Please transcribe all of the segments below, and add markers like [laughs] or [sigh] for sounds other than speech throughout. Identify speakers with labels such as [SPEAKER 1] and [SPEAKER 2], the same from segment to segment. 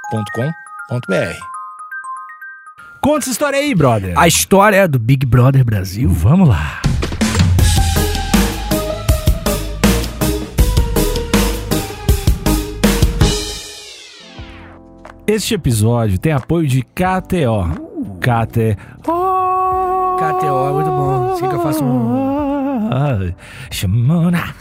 [SPEAKER 1] agenciadepodcast.com.br.
[SPEAKER 2] Conta essa história aí, brother.
[SPEAKER 3] A história do Big Brother Brasil.
[SPEAKER 2] Vamos lá. Este episódio tem apoio de KTO. KT.
[SPEAKER 3] KTO, muito bom. Assim que eu faço
[SPEAKER 2] um. Chamona.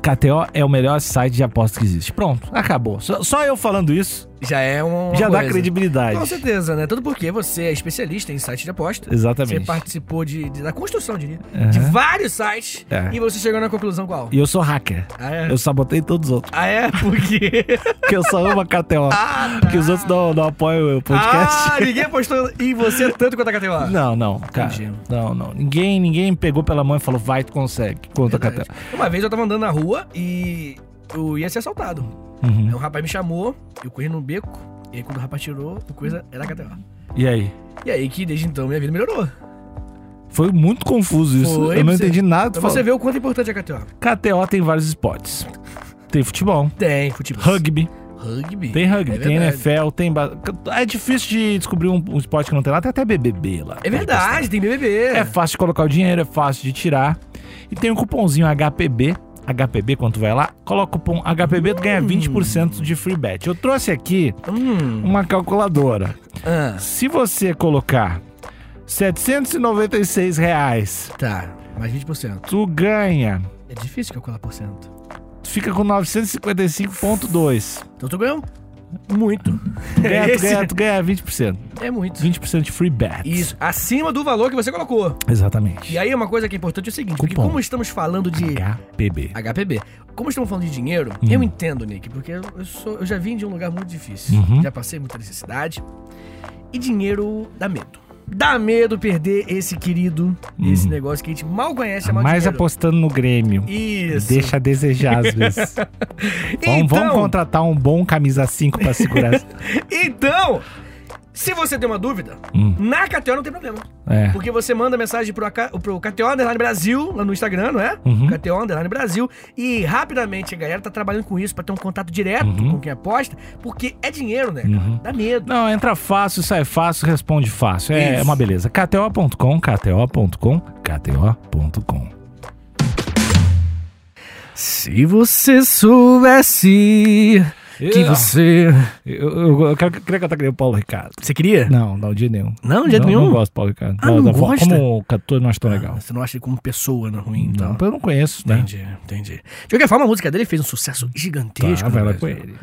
[SPEAKER 2] KTO é o melhor site de aposta que existe. Pronto, acabou. Só, só eu falando isso
[SPEAKER 3] Já é um.
[SPEAKER 2] já dá credibilidade.
[SPEAKER 3] Com certeza, né? Tudo porque você é especialista em site de aposta. Você
[SPEAKER 2] Exatamente.
[SPEAKER 3] participou de, de- da construção, eu diria, de vários sites
[SPEAKER 2] É.
[SPEAKER 3] e você chegou na conclusão qual?
[SPEAKER 2] E eu sou hacker.
[SPEAKER 3] Ah, é?
[SPEAKER 2] Eu sabotei todos os outros.
[SPEAKER 3] Ah, é? Por
[SPEAKER 2] [laughs]
[SPEAKER 3] quê?
[SPEAKER 2] Porque eu só amo a KTO.
[SPEAKER 3] Ah,
[SPEAKER 2] Porque os outros não, não apoiam o podcast.
[SPEAKER 3] Ah, ninguém apostou em você tanto quanto a categoria.
[SPEAKER 2] Não, não, cara.
[SPEAKER 3] Entendi.
[SPEAKER 2] Não, não. Ninguém, ninguém me pegou pela mão e falou, vai, tu consegue. Conta a
[SPEAKER 3] Verdade.
[SPEAKER 2] KTO.
[SPEAKER 3] Uma vez eu tava andando na rua e eu ia ser assaltado.
[SPEAKER 2] Uhum.
[SPEAKER 3] Aí um rapaz me chamou, eu corri num beco, e aí quando o rapaz tirou, o coisa era a categoria.
[SPEAKER 2] E aí?
[SPEAKER 3] E aí que desde então minha vida melhorou.
[SPEAKER 2] Foi muito confuso isso.
[SPEAKER 3] Foi,
[SPEAKER 2] eu não
[SPEAKER 3] você-
[SPEAKER 2] entendi nada. do que
[SPEAKER 3] Pra
[SPEAKER 2] tu
[SPEAKER 3] você ver o quanto é importante a KTO.
[SPEAKER 2] falou. KTO tem vários esportes. Tem futebol,
[SPEAKER 3] Tem futebol.
[SPEAKER 2] rugby.
[SPEAKER 3] Rugby.
[SPEAKER 2] Tem rugby,
[SPEAKER 3] É
[SPEAKER 2] tem né?
[SPEAKER 3] verdade.
[SPEAKER 2] NFL, tem... ba- É difícil de descobrir um, um esporte que não tem lá. Tem até BBB lá.
[SPEAKER 3] É verdade, tem BBB.
[SPEAKER 2] É fácil de colocar o dinheiro, é fácil de tirar. E tem um cupomzinho HPB. HPB, quando tu vai lá, coloca o cupom HPB, tu ganha 20% de free bet. Eu trouxe aqui
[SPEAKER 3] Hum.
[SPEAKER 2] uma calculadora.
[SPEAKER 3] Ah,
[SPEAKER 2] Se você colocar 796 reais,
[SPEAKER 3] tá. Mais 20%.
[SPEAKER 2] tu ganha.
[SPEAKER 3] É difícil calcular por cento.
[SPEAKER 2] Tu fica com 955,2.
[SPEAKER 3] Então tu ganhou muito.
[SPEAKER 2] Tu ganha, tu
[SPEAKER 3] [laughs] Esse-
[SPEAKER 2] ganha, tu ganha 20%.
[SPEAKER 3] É muito.
[SPEAKER 2] 20% de free bet.
[SPEAKER 3] Isso, acima do valor que você colocou.
[SPEAKER 2] Exatamente.
[SPEAKER 3] E aí uma coisa que é importante é o seguinte, porque
[SPEAKER 2] Cupom.
[SPEAKER 3] como estamos falando de
[SPEAKER 2] HPB.
[SPEAKER 3] HPB, como estamos falando de dinheiro, eu entendo, Nick, porque eu, eu sou, eu já vim de um lugar muito difícil.
[SPEAKER 2] Uhum.
[SPEAKER 3] Já passei muita necessidade. E dinheiro dá medo. Dá medo perder esse querido, esse negócio que a gente mal conhece, chamado
[SPEAKER 2] Mas
[SPEAKER 3] dinheiro.
[SPEAKER 2] apostando no Grêmio.
[SPEAKER 3] Isso.
[SPEAKER 2] Deixa a desejar às
[SPEAKER 3] [laughs]
[SPEAKER 2] vezes. Vamos, vamos
[SPEAKER 3] Então-
[SPEAKER 2] contratar um bom camisa 5 pra segurar. essa-
[SPEAKER 3] Então, se você tem uma dúvida,
[SPEAKER 2] Hum.
[SPEAKER 3] na KTO não tem problema.
[SPEAKER 2] [laughs] É.
[SPEAKER 3] Porque você manda mensagem pro, AK pro KTO Underline Brasil, lá no Instagram, não é?
[SPEAKER 2] Uhum.
[SPEAKER 3] KTO Underline Brasil. E rapidamente a galera tá trabalhando com isso pra ter um contato direto
[SPEAKER 2] Uhum.
[SPEAKER 3] com quem aposta, porque é dinheiro, né? cara?
[SPEAKER 2] Uhum.
[SPEAKER 3] Dá medo.
[SPEAKER 2] Não, entra fácil, sai fácil, responde fácil. É,
[SPEAKER 3] Isso.
[SPEAKER 2] uma beleza. KTO.com, KTO.com, KTO.com.
[SPEAKER 3] Se você soubesse
[SPEAKER 2] Eu-
[SPEAKER 3] você.
[SPEAKER 2] Eu, eu, eu quero, eu queria cantar que nem o Paulo Ricardo.
[SPEAKER 3] Você queria?
[SPEAKER 2] Não, não, de jeito nenhum.
[SPEAKER 3] Não, de jeito
[SPEAKER 2] não,
[SPEAKER 3] nenhum?
[SPEAKER 2] Não gosto do Paulo Ricardo.
[SPEAKER 3] Ah, não
[SPEAKER 2] forma-
[SPEAKER 3] gosta?
[SPEAKER 2] Como cantor, não acho tão legal.
[SPEAKER 3] Você não acha ele como pessoa não, ruim e
[SPEAKER 2] Não,
[SPEAKER 3] tal?
[SPEAKER 2] eu não conheço, né?
[SPEAKER 3] Entendi, entendi. De qualquer forma, a música dele fez um sucesso gigantesco.
[SPEAKER 2] Tá,
[SPEAKER 3] no
[SPEAKER 2] vai lá
[SPEAKER 3] Brasil.
[SPEAKER 2] com ele.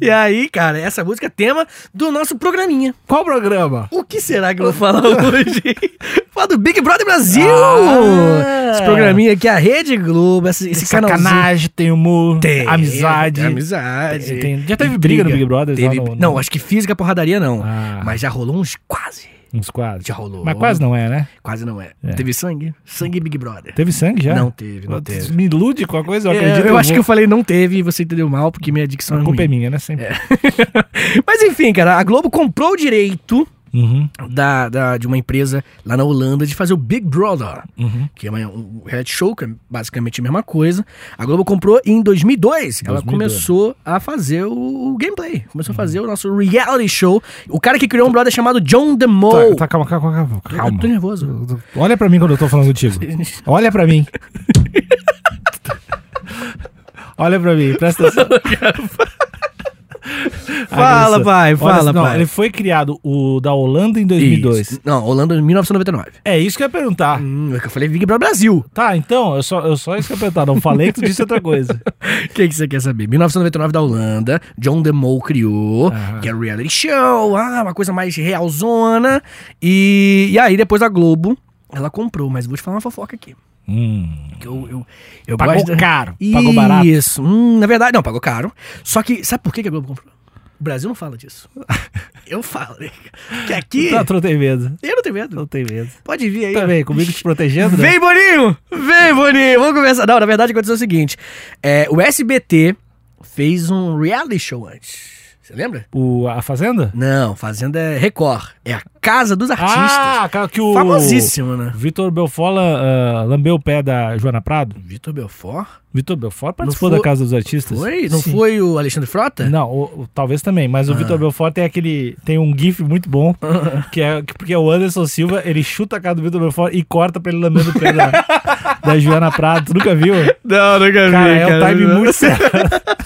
[SPEAKER 3] E aí, cara, essa música é tema do nosso programinha.
[SPEAKER 2] Qual programa?
[SPEAKER 3] O que será que eu vou falar
[SPEAKER 2] [laughs]
[SPEAKER 3] hoje? falar do Big Brother Brasil!
[SPEAKER 2] Ah!
[SPEAKER 3] esse programinha aqui, a Rede Globo, esse, esse canalzinho.
[SPEAKER 2] Sacanagem, tem humor,
[SPEAKER 3] Tem,
[SPEAKER 2] amizade.
[SPEAKER 3] tem amizade.
[SPEAKER 2] Tem- já teve briga no Big Brother?
[SPEAKER 3] Teve-
[SPEAKER 2] Lá no- no-
[SPEAKER 3] Não, acho que física porradaria não.
[SPEAKER 2] Ah.
[SPEAKER 3] Mas já rolou uns quase.
[SPEAKER 2] Uns quase.
[SPEAKER 3] Já rolou.
[SPEAKER 2] Mas quase não é, né?
[SPEAKER 3] Quase não é. Teve sangue? Sangue Big Brother.
[SPEAKER 2] Teve sangue já?
[SPEAKER 3] Não teve, não teve.
[SPEAKER 2] Me ilude com a coisa? Eu
[SPEAKER 3] É,
[SPEAKER 2] acredito.
[SPEAKER 3] eu acho que
[SPEAKER 2] vou-
[SPEAKER 3] eu falei não teve e você entendeu mal, porque minha dicção é
[SPEAKER 2] A culpa é
[SPEAKER 3] ruim.
[SPEAKER 2] minha, né? Sempre.
[SPEAKER 3] [laughs] Mas enfim, cara, a Globo comprou o direito
[SPEAKER 2] Uhum,
[SPEAKER 3] da, da- de uma empresa lá na Holanda de fazer o Big Brother,
[SPEAKER 2] uhum.
[SPEAKER 3] que é uma- um reality show, que é basicamente a mesma coisa. A Globo comprou e em 2002, ela
[SPEAKER 2] 2002.
[SPEAKER 3] começou a fazer o, o gameplay, começou a fazer o nosso reality show. O cara que criou um brother chamado John DeMoe.
[SPEAKER 2] Tá, tá, calma, calma, calma.
[SPEAKER 3] Eu
[SPEAKER 2] calma.
[SPEAKER 3] tô nervoso.
[SPEAKER 2] Olha pra mim quando eu tô falando
[SPEAKER 3] [laughs]
[SPEAKER 2] contigo. Olha pra mim. Olha pra mim, presta atenção.
[SPEAKER 3] [laughs] Fala,
[SPEAKER 2] Olha
[SPEAKER 3] pai,
[SPEAKER 2] só.
[SPEAKER 3] fala,
[SPEAKER 2] Olha só,
[SPEAKER 3] pai.
[SPEAKER 2] Ele foi criado o da Holanda em 2002.
[SPEAKER 3] Isso. Não, Holanda em 1999.
[SPEAKER 2] É isso que eu ia perguntar.
[SPEAKER 3] Hum, é que eu falei Big Brother Brasil.
[SPEAKER 2] Tá, então, eu só, eu só isso que eu ia perguntar. Não falei que tu disse outra
[SPEAKER 3] [laughs]
[SPEAKER 2] coisa.
[SPEAKER 3] O que, que você quer saber? 1999 da Holanda, John DeMol criou,
[SPEAKER 2] Aham.
[SPEAKER 3] que é reality show, ah, uma coisa mais realzona. E, e aí depois a Globo, ela comprou, mas vou te falar uma fofoca aqui.
[SPEAKER 2] Hum,
[SPEAKER 3] Que eu, eu, eu
[SPEAKER 2] pagou
[SPEAKER 3] gosto-
[SPEAKER 2] caro, pagou barato.
[SPEAKER 3] Isso, hum, na verdade, não, pagou caro. Só que, sabe por que que a Globo comprou? O Brasil não
[SPEAKER 2] [laughs]
[SPEAKER 3] fala disso. eu falo, né? que aqui,
[SPEAKER 2] Tá, tu não tem medo.
[SPEAKER 3] eu não tenho medo.
[SPEAKER 2] Não tem medo. Tá,
[SPEAKER 3] Pode vir aí. ó.
[SPEAKER 2] Também, comigo te protegendo. né?
[SPEAKER 3] Vem, Boninho! Vem, Boninho! Vamos conversar. Não, na verdade aconteceu o seguinte: é, o SBT fez um reality show antes. Você lembra?
[SPEAKER 2] O, a Fazenda?
[SPEAKER 3] Não, Fazenda é Record. É a casa dos artistas.
[SPEAKER 2] Ah, cara, que o
[SPEAKER 3] Famosíssimo, né?
[SPEAKER 2] Vitor Belfort ah, lambeu o pé da Joana Prado.
[SPEAKER 3] Vitor Belfort?
[SPEAKER 2] Vitor Belfort participou
[SPEAKER 3] foi-
[SPEAKER 2] da Casa dos Artistas.
[SPEAKER 3] Foi? Não
[SPEAKER 2] Sim.
[SPEAKER 3] foi Ah. o Alexandre Frota?
[SPEAKER 2] Não, o- o- talvez também, mas o Vitor Belfort tem aquele. tem um GIF muito
[SPEAKER 3] [laughs]
[SPEAKER 2] bom, que é que- porque o Anderson Silva ele chuta a cara do Vitor Belfort e corta pra ele lambendo o pé da, da Joana Prado. Tu nunca viu?
[SPEAKER 3] Não, nunca
[SPEAKER 2] Cara, é um time muito
[SPEAKER 3] [laughs]
[SPEAKER 2] certo.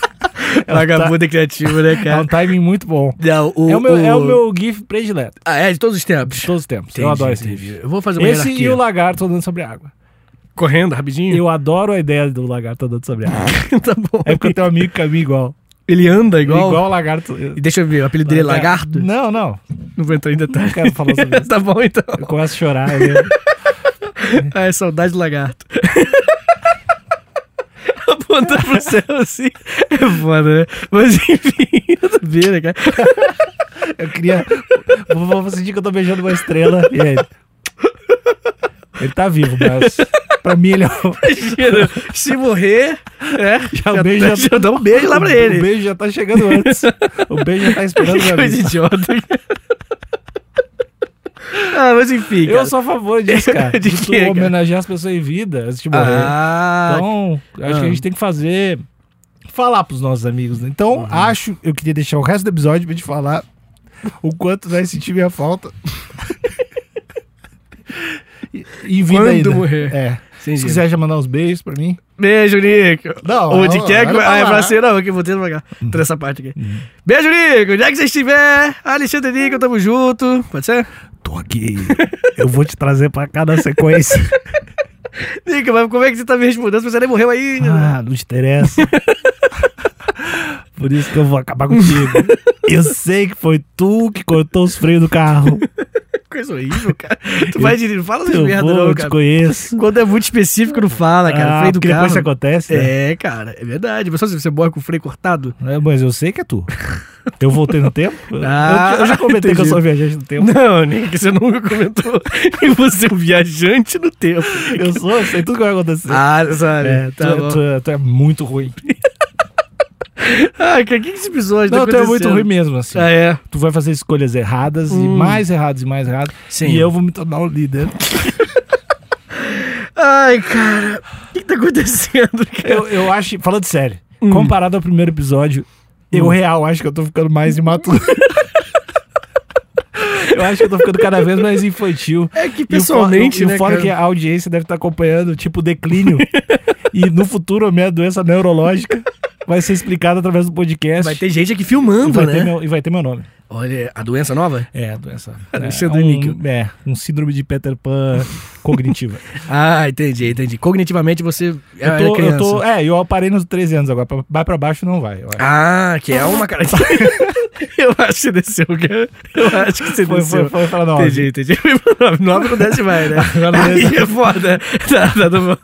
[SPEAKER 2] É um
[SPEAKER 3] Vagabundo e criativo, né,
[SPEAKER 2] ti- É
[SPEAKER 3] cara?
[SPEAKER 2] um timing muito bom.
[SPEAKER 3] Não, o,
[SPEAKER 2] É o meu, é o meu GIF predileto
[SPEAKER 3] Ah, é de todos os tempos.
[SPEAKER 2] de todos os tempos.
[SPEAKER 3] Entendi,
[SPEAKER 2] eu adoro esse
[SPEAKER 3] entendi.
[SPEAKER 2] GIF.
[SPEAKER 3] Eu vou fazer uma
[SPEAKER 2] Esse
[SPEAKER 3] hierarquia.
[SPEAKER 2] e o lagarto andando sobre a água.
[SPEAKER 3] Correndo rapidinho?
[SPEAKER 2] Eu adoro a ideia do lagarto andando sobre a água.
[SPEAKER 3] [laughs] tá bom.
[SPEAKER 2] É porque eu tenho um amigo que caminha igual.
[SPEAKER 3] Ele anda
[SPEAKER 2] Igual,
[SPEAKER 3] igual.
[SPEAKER 2] o lagarto.
[SPEAKER 3] E deixa eu ver, o apelido dele é Lagarto?
[SPEAKER 2] Não, não.
[SPEAKER 3] Não vou entrar em detalhe.
[SPEAKER 2] Não quero falar
[SPEAKER 3] [laughs]
[SPEAKER 2] sobre isso.
[SPEAKER 3] tá bom, então.
[SPEAKER 2] Eu começo a chorar. eu lembro.
[SPEAKER 3] Ah, é saudade do
[SPEAKER 2] [laughs]
[SPEAKER 3] lagarto. Apontando pro céu assim. É foda, né? Mas enfim, nada a ver, né, cara?
[SPEAKER 2] Eu queria. Vou, vou sentir que eu tô beijando uma estrela. E aí? Ele tá vivo, mas. Pra mim, ele é um-
[SPEAKER 3] Imagina, se morrer, né?
[SPEAKER 2] já, o beijo
[SPEAKER 3] tá- já dá um beijo lá pra ele.
[SPEAKER 2] O beijo já tá chegando antes. O beijo já tá
[SPEAKER 3] [laughs]
[SPEAKER 2] esperando
[SPEAKER 3] Que
[SPEAKER 2] pra
[SPEAKER 3] coisa
[SPEAKER 2] mim.
[SPEAKER 3] idiota.
[SPEAKER 2] [laughs]
[SPEAKER 3] ah, mas enfim, cara.
[SPEAKER 2] Eu sou a favor
[SPEAKER 3] [laughs]
[SPEAKER 2] disso, cara.
[SPEAKER 3] De
[SPEAKER 2] De tu
[SPEAKER 3] quê, cara?
[SPEAKER 2] homenagear as pessoas em vida antes de morrer.
[SPEAKER 3] Ah,
[SPEAKER 2] Então, acho que a gente tem que fazer. Falar pros nossos amigos, né? Então, acho. Eu queria deixar o resto do episódio pra gente falar o quanto vai sentir minha [laughs] falta. E- Em vida
[SPEAKER 3] Quando
[SPEAKER 2] ainda.
[SPEAKER 3] morrer.
[SPEAKER 2] É.
[SPEAKER 3] entendi.
[SPEAKER 2] Se quiser já mandar uns beijos pra mim.
[SPEAKER 3] Beijo, Nico.
[SPEAKER 2] Não,
[SPEAKER 3] Onde
[SPEAKER 2] não, Uhum.
[SPEAKER 3] quer que.
[SPEAKER 2] olha pra
[SPEAKER 3] Ah, é
[SPEAKER 2] lá.
[SPEAKER 3] pra ser, não, aqui, voltei pra cá. Toda essa parte aqui. Beijo, Nico. Onde é que você estiver? Alexandre e Nico, tamo junto. Pode ser?
[SPEAKER 2] Tô aqui. Eu vou te trazer pra cada sequência.
[SPEAKER 3] Nico, mas como é que você tá me respondendo se você nem morreu
[SPEAKER 2] [laughs]
[SPEAKER 3] ainda?
[SPEAKER 2] Ah, não te interessa. Por isso que eu vou acabar contigo. Eu sei que foi tu que cortou os freios do [laughs] carro.
[SPEAKER 3] Coisa horrível, cara. Tu vai dirigindo, fala essas
[SPEAKER 2] Eu
[SPEAKER 3] merda,
[SPEAKER 2] vou,
[SPEAKER 3] não,
[SPEAKER 2] eu te
[SPEAKER 3] cara.
[SPEAKER 2] conheço.
[SPEAKER 3] Quando é muito específico, não fala, cara.
[SPEAKER 2] Ah,
[SPEAKER 3] freio do
[SPEAKER 2] porque
[SPEAKER 3] carro.
[SPEAKER 2] depois isso acontece, né?
[SPEAKER 3] É, cara, é verdade. Mas só se você morre com o freio cortado.
[SPEAKER 2] É, Mas eu sei que é tu. Eu voltei no
[SPEAKER 3] [laughs]
[SPEAKER 2] tempo? Eu-
[SPEAKER 3] Ah,
[SPEAKER 2] eu, eu já comentei que eu
[SPEAKER 3] entendi.
[SPEAKER 2] sou viajante do tempo.
[SPEAKER 3] Não, Nico, você nunca
[SPEAKER 2] [laughs]
[SPEAKER 3] comentou. e você é um viajante no tempo.
[SPEAKER 2] Eu sou, eu sei tudo que vai acontecer.
[SPEAKER 3] Ah, sabe.
[SPEAKER 2] É, tu,
[SPEAKER 3] tá
[SPEAKER 2] é-
[SPEAKER 3] bom.
[SPEAKER 2] tu é- tu é muito
[SPEAKER 3] [laughs]
[SPEAKER 2] ruim.
[SPEAKER 3] Ah, cara, o que, que esse episódio
[SPEAKER 2] Não,
[SPEAKER 3] tá
[SPEAKER 2] tu é muito
[SPEAKER 3] acontecendo?
[SPEAKER 2] ruim mesmo, assim.
[SPEAKER 3] Ah, é. Hum.
[SPEAKER 2] Tu vai fazer escolhas erradas e mais erradas e mais erradas.
[SPEAKER 3] Sim.
[SPEAKER 2] E eu vou me tornar o líder.
[SPEAKER 3] [laughs] Ai, cara. O que, que tá acontecendo, cara?
[SPEAKER 2] Eu, eu acho, falando sério,
[SPEAKER 3] Hum.
[SPEAKER 2] comparado ao primeiro episódio, eu real acho que eu tô ficando mais imaturo. [laughs] eu acho que eu tô ficando cada vez mais infantil.
[SPEAKER 3] É que
[SPEAKER 2] E o fo-
[SPEAKER 3] pessoalmente,
[SPEAKER 2] e o
[SPEAKER 3] né,
[SPEAKER 2] fora
[SPEAKER 3] cara?
[SPEAKER 2] que a audiência deve estar acompanhando, tipo, o
[SPEAKER 3] [laughs]
[SPEAKER 2] declínio. e no futuro, a minha doença neurológica vai ser explicada através do podcast.
[SPEAKER 3] Vai ter gente aqui
[SPEAKER 2] e
[SPEAKER 3] filmando,
[SPEAKER 2] vai
[SPEAKER 3] né?
[SPEAKER 2] ter meu, e vai ter meu nome.
[SPEAKER 3] Olha, a doença nova?
[SPEAKER 2] É, a doença. é,
[SPEAKER 3] Alexandre
[SPEAKER 2] um,
[SPEAKER 3] Níquel.
[SPEAKER 2] é, um síndrome de Peter Pan
[SPEAKER 3] [laughs]
[SPEAKER 2] cognitiva.
[SPEAKER 3] Ah, entendi, entendi. Cognitivamente você é
[SPEAKER 2] eu, tô,
[SPEAKER 3] criança.
[SPEAKER 2] eu tô- É, eu parei nos 13 anos agora. pra- Vai pra baixo não vai. Eu acho.
[SPEAKER 3] Ah, que é uma cara. [laughs] eu acho que você desceu, cara. Eu acho que você
[SPEAKER 2] Foi,
[SPEAKER 3] desceu.
[SPEAKER 2] foi, foi pra nove.
[SPEAKER 3] Entendi, entendi. [laughs] Foi pra 9. 9 não desce mais, né?
[SPEAKER 2] Agora não
[SPEAKER 3] Aí
[SPEAKER 2] desce.
[SPEAKER 3] é foda. Tá, tá, tá bom.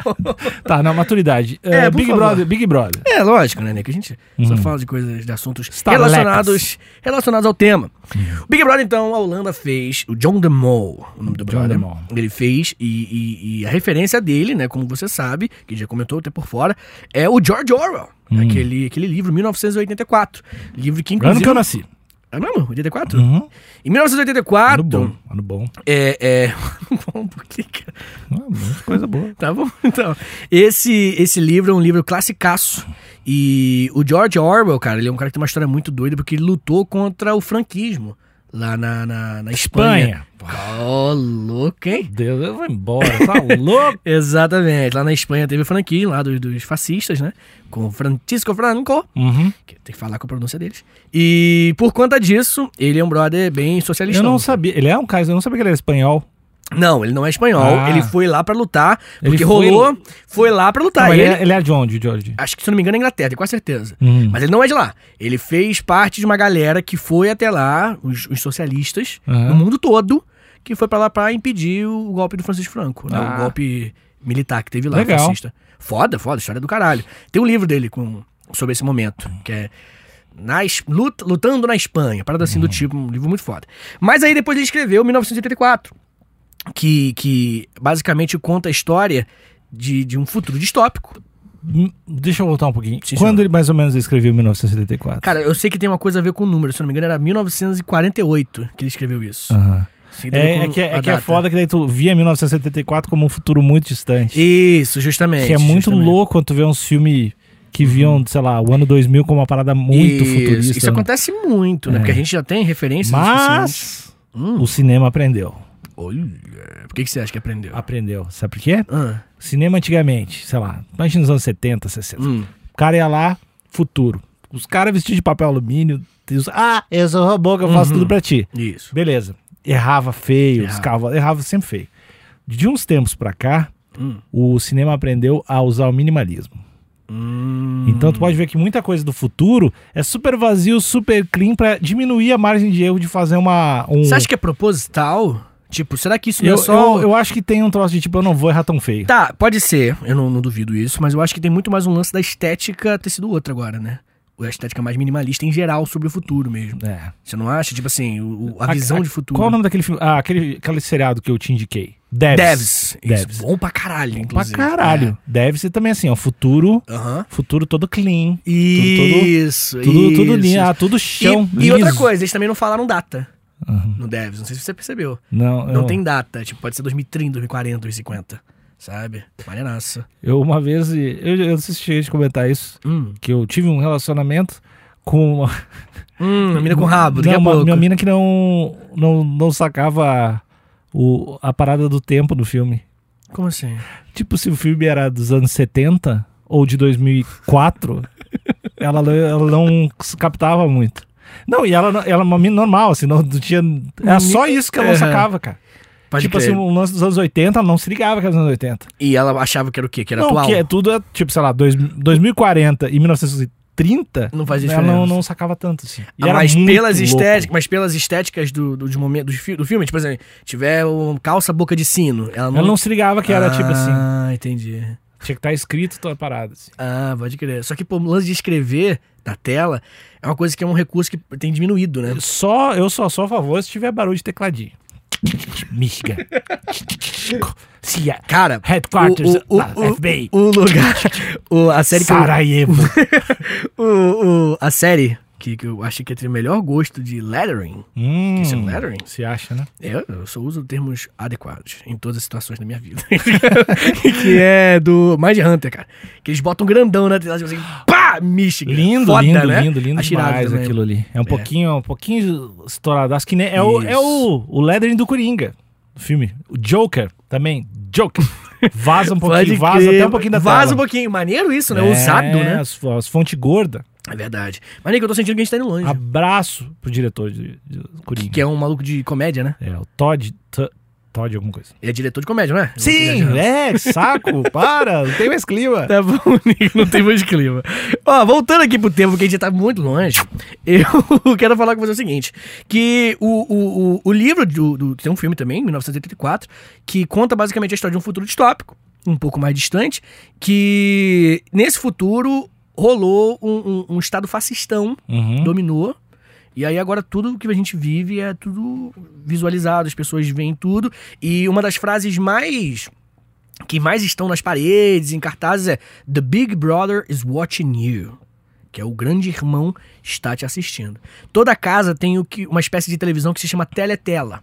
[SPEAKER 2] Tá, na maturidade.
[SPEAKER 3] É,
[SPEAKER 2] Eh,
[SPEAKER 3] por
[SPEAKER 2] Big
[SPEAKER 3] favor.
[SPEAKER 2] Brother, Big Brother.
[SPEAKER 3] É, lógico, né, Nico? A gente
[SPEAKER 2] Uhum.
[SPEAKER 3] só fala de coisas, de assuntos
[SPEAKER 2] Estalecas.
[SPEAKER 3] relacionados, relacionados ao tema.
[SPEAKER 2] Uhum.
[SPEAKER 3] O Big Brother, então, a Holanda fez, o John DeMol, o nome do
[SPEAKER 2] John
[SPEAKER 3] brother,
[SPEAKER 2] DeMol.
[SPEAKER 3] ele fez, e, e- e a referência dele, né, como você sabe, que já comentou até por fora, é o George Orwell,
[SPEAKER 2] Hum.
[SPEAKER 3] aquele, aquele livro, 1984, livro que
[SPEAKER 2] Ano
[SPEAKER 3] inclusive...
[SPEAKER 2] que eu nasci.
[SPEAKER 3] É mesmo? 84?
[SPEAKER 2] Uhum.
[SPEAKER 3] Em
[SPEAKER 2] Ano
[SPEAKER 3] 1984...
[SPEAKER 2] bom, ano bom. Ah,
[SPEAKER 3] É, [laughs] é... Bom, por que, cara?
[SPEAKER 2] Ano bom, Coisa boa.
[SPEAKER 3] Tá bom, [laughs] então. Esse, esse livro é um livro classicaço. E o George Orwell, cara, ele é um cara que tem uma história muito doida, porque ele lutou contra o franquismo lá na, na, na Espanha.
[SPEAKER 2] Espanha.
[SPEAKER 3] Ó, louco, hein?
[SPEAKER 2] Deus, eu vou embora.
[SPEAKER 3] [laughs]
[SPEAKER 2] Tá louco?
[SPEAKER 3] Exatamente. Lá na Espanha teve o franquismo lá dos, dos fascistas, né? Com Francisco Franco,
[SPEAKER 2] Uhum.
[SPEAKER 3] que tem que falar com a pronúncia deles. E por conta disso, ele é um brother bem socialista.
[SPEAKER 2] Eu não sabia. Ele é um caso, eu não sabia que ele era espanhol.
[SPEAKER 3] Não, ele não é espanhol.
[SPEAKER 2] Ah.
[SPEAKER 3] Ele foi lá pra lutar,
[SPEAKER 2] Ele
[SPEAKER 3] porque
[SPEAKER 2] foi-
[SPEAKER 3] rolou, foi lá pra lutar.
[SPEAKER 2] Não,
[SPEAKER 3] Tá, E
[SPEAKER 2] ele,
[SPEAKER 3] ele-
[SPEAKER 2] é- ele é de onde, George?
[SPEAKER 3] Acho que, se eu não me engano, é Inglaterra, tenho quase certeza.
[SPEAKER 2] Hum.
[SPEAKER 3] Mas ele não é de lá. Ele fez parte de uma galera que foi até lá, os, os socialistas,
[SPEAKER 2] Aham.
[SPEAKER 3] no mundo todo, que foi pra lá pra impedir o golpe do Francisco Franco, né?
[SPEAKER 2] Ah.
[SPEAKER 3] O golpe militar que teve lá,
[SPEAKER 2] Legal.
[SPEAKER 3] fascista. Foda, foda, história do caralho. Tem um livro dele com, sobre esse momento, que é na, Es- Lut- Lutando na Espanha, parada assim
[SPEAKER 2] Uhum.
[SPEAKER 3] do tipo, um livro muito foda. Mas aí depois ele escreveu 1984 que, que basicamente conta a história de, de um futuro distópico
[SPEAKER 2] Hum, Deixa eu voltar um pouquinho.
[SPEAKER 3] Sim,
[SPEAKER 2] Quando
[SPEAKER 3] senhor.
[SPEAKER 2] ele mais ou menos escreveu 1974?
[SPEAKER 3] Cara, eu sei que tem uma coisa a ver com o número, se eu não me engano, era 1948 que ele escreveu isso.
[SPEAKER 2] Aham.
[SPEAKER 3] Sim, tem a
[SPEAKER 2] Ah.
[SPEAKER 3] ver
[SPEAKER 2] É, é
[SPEAKER 3] com
[SPEAKER 2] que, é
[SPEAKER 3] a
[SPEAKER 2] que é
[SPEAKER 3] data.
[SPEAKER 2] foda que daí tu via 1974 como um futuro muito distante.
[SPEAKER 3] Isso, justamente.
[SPEAKER 2] que é muito
[SPEAKER 3] justamente. Uhum.
[SPEAKER 2] louco quando tu vê uns filmes que viam, sei lá, o ano 2000 como uma parada muito
[SPEAKER 3] isso,
[SPEAKER 2] futurista.
[SPEAKER 3] Isso
[SPEAKER 2] né?
[SPEAKER 3] acontece muito, né?
[SPEAKER 2] É.
[SPEAKER 3] Porque a gente já tem referências. tipo assim,
[SPEAKER 2] Mas
[SPEAKER 3] Hum,
[SPEAKER 2] o cinema aprendeu.
[SPEAKER 3] olha, por que, que você acha que aprendeu?
[SPEAKER 2] Aprendeu. Sabe por quê?
[SPEAKER 3] Ah,
[SPEAKER 2] Cinema antigamente, sei lá, imagina nos anos 70, 60.
[SPEAKER 3] hum.
[SPEAKER 2] O cara ia lá, futuro. Os caras vestidos de papel alumínio. e os- ah, eu sou robô que eu faço tudo pra ti.
[SPEAKER 3] Isso.
[SPEAKER 2] Beleza. Errava feio,
[SPEAKER 3] Uhum. Errava.
[SPEAKER 2] os cavalos. Errava sempre feio. De uns tempos pra cá,
[SPEAKER 3] Hum.
[SPEAKER 2] o cinema aprendeu a usar o minimalismo.
[SPEAKER 3] Hum.
[SPEAKER 2] Então tu pode ver que muita coisa do futuro é super vazio, super clean pra diminuir a margem de erro de fazer uma. Um...
[SPEAKER 3] Você acha que é proposital? Tipo, será que isso não
[SPEAKER 2] eu,
[SPEAKER 3] é só.
[SPEAKER 2] eu, eu acho que tem um troço de tipo, eu não vou errar tão feio.
[SPEAKER 3] Tá, pode ser, eu não, não duvido isso, mas eu acho que tem muito mais um lance da estética ter sido outra agora, né? A estética mais minimalista em geral sobre o futuro mesmo.
[SPEAKER 2] É.
[SPEAKER 3] Você não acha? Tipo assim, o- o- a,
[SPEAKER 2] A-
[SPEAKER 3] visão
[SPEAKER 2] a-
[SPEAKER 3] de futuro.
[SPEAKER 2] Qual o nome daquele filme? Ah, aquele, aquele seriado que eu te indiquei.
[SPEAKER 3] Devs.
[SPEAKER 2] Devs.
[SPEAKER 3] Isso,
[SPEAKER 2] Devs.
[SPEAKER 3] Bom pra caralho,
[SPEAKER 2] Pra
[SPEAKER 3] inclusive.
[SPEAKER 2] caralho. Devs é. ser também assim, ó. Futuro,
[SPEAKER 3] É. Aham.
[SPEAKER 2] futuro todo clean.
[SPEAKER 3] Isso,
[SPEAKER 2] Tudo,
[SPEAKER 3] isso.
[SPEAKER 2] tudo linha, ah, tudo
[SPEAKER 3] E,
[SPEAKER 2] chão.
[SPEAKER 3] e outra
[SPEAKER 2] liso.
[SPEAKER 3] coisa, eles também não falaram data
[SPEAKER 2] Aham.
[SPEAKER 3] no Devs. Não sei se você percebeu.
[SPEAKER 2] Não,
[SPEAKER 3] Não
[SPEAKER 2] eu,
[SPEAKER 3] tem data. Tipo, pode ser 2030, 2040, 2050. Sabe? Maneiraça.
[SPEAKER 2] Eu uma vez, eu, eu não sei se cheguei de comentar isso,
[SPEAKER 3] Hum.
[SPEAKER 2] que eu tive um relacionamento com uma,
[SPEAKER 3] Hum, a mina com rabo, daqui
[SPEAKER 2] não,
[SPEAKER 3] a
[SPEAKER 2] uma,
[SPEAKER 3] pouco.
[SPEAKER 2] minha mina que não, não, não sacava o, a parada do tempo do filme.
[SPEAKER 3] Como assim?
[SPEAKER 2] Tipo, se o filme era dos anos 70 ou de
[SPEAKER 3] [laughs]
[SPEAKER 2] 2004, ela, não- ela não captava muito. Não, e ela, não- ela é uma mina normal, assim, não, não tinha. Era só isso que ela não
[SPEAKER 3] Aham.
[SPEAKER 2] sacava, cara.
[SPEAKER 3] Pode
[SPEAKER 2] tipo
[SPEAKER 3] crer.
[SPEAKER 2] assim, um lance dos anos 80, ela não se ligava que era dos anos 80.
[SPEAKER 3] E ela achava que era o quê? Que era
[SPEAKER 2] não,
[SPEAKER 3] atual?
[SPEAKER 2] que é tudo, é, tipo, sei lá, dois, 2040 e 1930,
[SPEAKER 3] Não fazia
[SPEAKER 2] ela
[SPEAKER 3] diferença.
[SPEAKER 2] não, não sacava tanto, assim. E
[SPEAKER 3] Ah,
[SPEAKER 2] era
[SPEAKER 3] mas,
[SPEAKER 2] muito
[SPEAKER 3] pelas
[SPEAKER 2] louco.
[SPEAKER 3] estéticas, mas pelas estéticas do, do, de momento, do, fi- do filme, tipo assim, tiver um calça boca de sino, ela não...
[SPEAKER 2] Ela não se ligava que era, tipo assim,
[SPEAKER 3] Ah, entendi.
[SPEAKER 2] tinha que estar escrito toda a parada, assim.
[SPEAKER 3] Ah, pode crer. Só que, pô, o lance de escrever na tela é uma coisa que é um recurso que tem diminuído, né?
[SPEAKER 2] Só, eu só sou a favor se tiver barulho de tecladinho. Michigan. [laughs] CIA.
[SPEAKER 3] Cara,
[SPEAKER 2] Headquarters.
[SPEAKER 3] o, o,
[SPEAKER 2] ah,
[SPEAKER 3] o,
[SPEAKER 2] FBI.
[SPEAKER 3] o
[SPEAKER 2] [laughs]
[SPEAKER 3] lugar... o- a série que eu- [laughs] é
[SPEAKER 2] Sarajevo.
[SPEAKER 3] o, o- A série que, que eu achei que ia ter o melhor gosto de lettering...
[SPEAKER 2] Hum,
[SPEAKER 3] Isso é lettering?
[SPEAKER 2] se acha, né?
[SPEAKER 3] Eu, eu só uso termos adequados em todas as situações da minha vida.
[SPEAKER 2] [laughs]
[SPEAKER 3] que é do Mind Hunter, cara. Que eles botam grandão na tela, tipo assim, pá, Michigan.
[SPEAKER 2] Lindo,
[SPEAKER 3] Foda,
[SPEAKER 2] lindo,
[SPEAKER 3] né?
[SPEAKER 2] lindo, lindo
[SPEAKER 3] Acho irado
[SPEAKER 2] demais
[SPEAKER 3] também.
[SPEAKER 2] aquilo ali. É um pouquinho, um pouquinho estourado. Acho que nem, é, o, é
[SPEAKER 3] Isso.
[SPEAKER 2] o, o lettering do Coringa, do filme. O Joker também, Joker.
[SPEAKER 3] [laughs]
[SPEAKER 2] Vaza um pouquinho,
[SPEAKER 3] Pode
[SPEAKER 2] vaza
[SPEAKER 3] crer.
[SPEAKER 2] até um pouquinho da tela.
[SPEAKER 3] Vaza um pouquinho. Maneiro isso, né? Ousado,
[SPEAKER 2] É,
[SPEAKER 3] né?
[SPEAKER 2] As, as fontes gordas.
[SPEAKER 3] É verdade. Mas nem que eu tô sentindo que a gente tá indo longe.
[SPEAKER 2] Abraço pro diretor de, de
[SPEAKER 3] Que,
[SPEAKER 2] Coringa.
[SPEAKER 3] que é um maluco de comédia, né?
[SPEAKER 2] É, o Todd. T- Todd alguma coisa.
[SPEAKER 3] Ele é diretor de comédia, não é? Eu
[SPEAKER 2] Sim,
[SPEAKER 3] não tô
[SPEAKER 2] é, que saco, [laughs] para, não tem mais clima.
[SPEAKER 3] Tá bom, [laughs] Nico, não tem mais clima. Ó, voltando aqui pro tempo, que a gente já tá muito longe, [laughs] eu quero falar com você o seguinte: que o, o, o, o livro do, do- Tem um filme também, 1984, que conta basicamente a história de um futuro distópico, um pouco mais distante, que nesse futuro rolou um, um- um estado fascistão,
[SPEAKER 2] Uhum.
[SPEAKER 3] dominou. E aí agora tudo que a gente vive é tudo visualizado, as pessoas veem tudo. E uma das frases mais que mais estão nas paredes, em cartazes é The Big Brother is watching you, que é o grande irmão está te assistindo. Toda casa tem o que uma espécie de televisão que se chama teletela.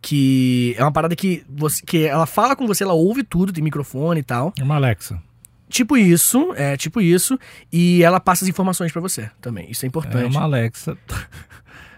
[SPEAKER 3] Que é uma parada que você que ela fala com você, ela ouve tudo, tem microfone e tal.
[SPEAKER 2] É uma Alexa.
[SPEAKER 3] Tipo isso, é tipo isso, e ela passa as informações pra você também. Isso é importante.
[SPEAKER 2] É uma Alexa. [laughs]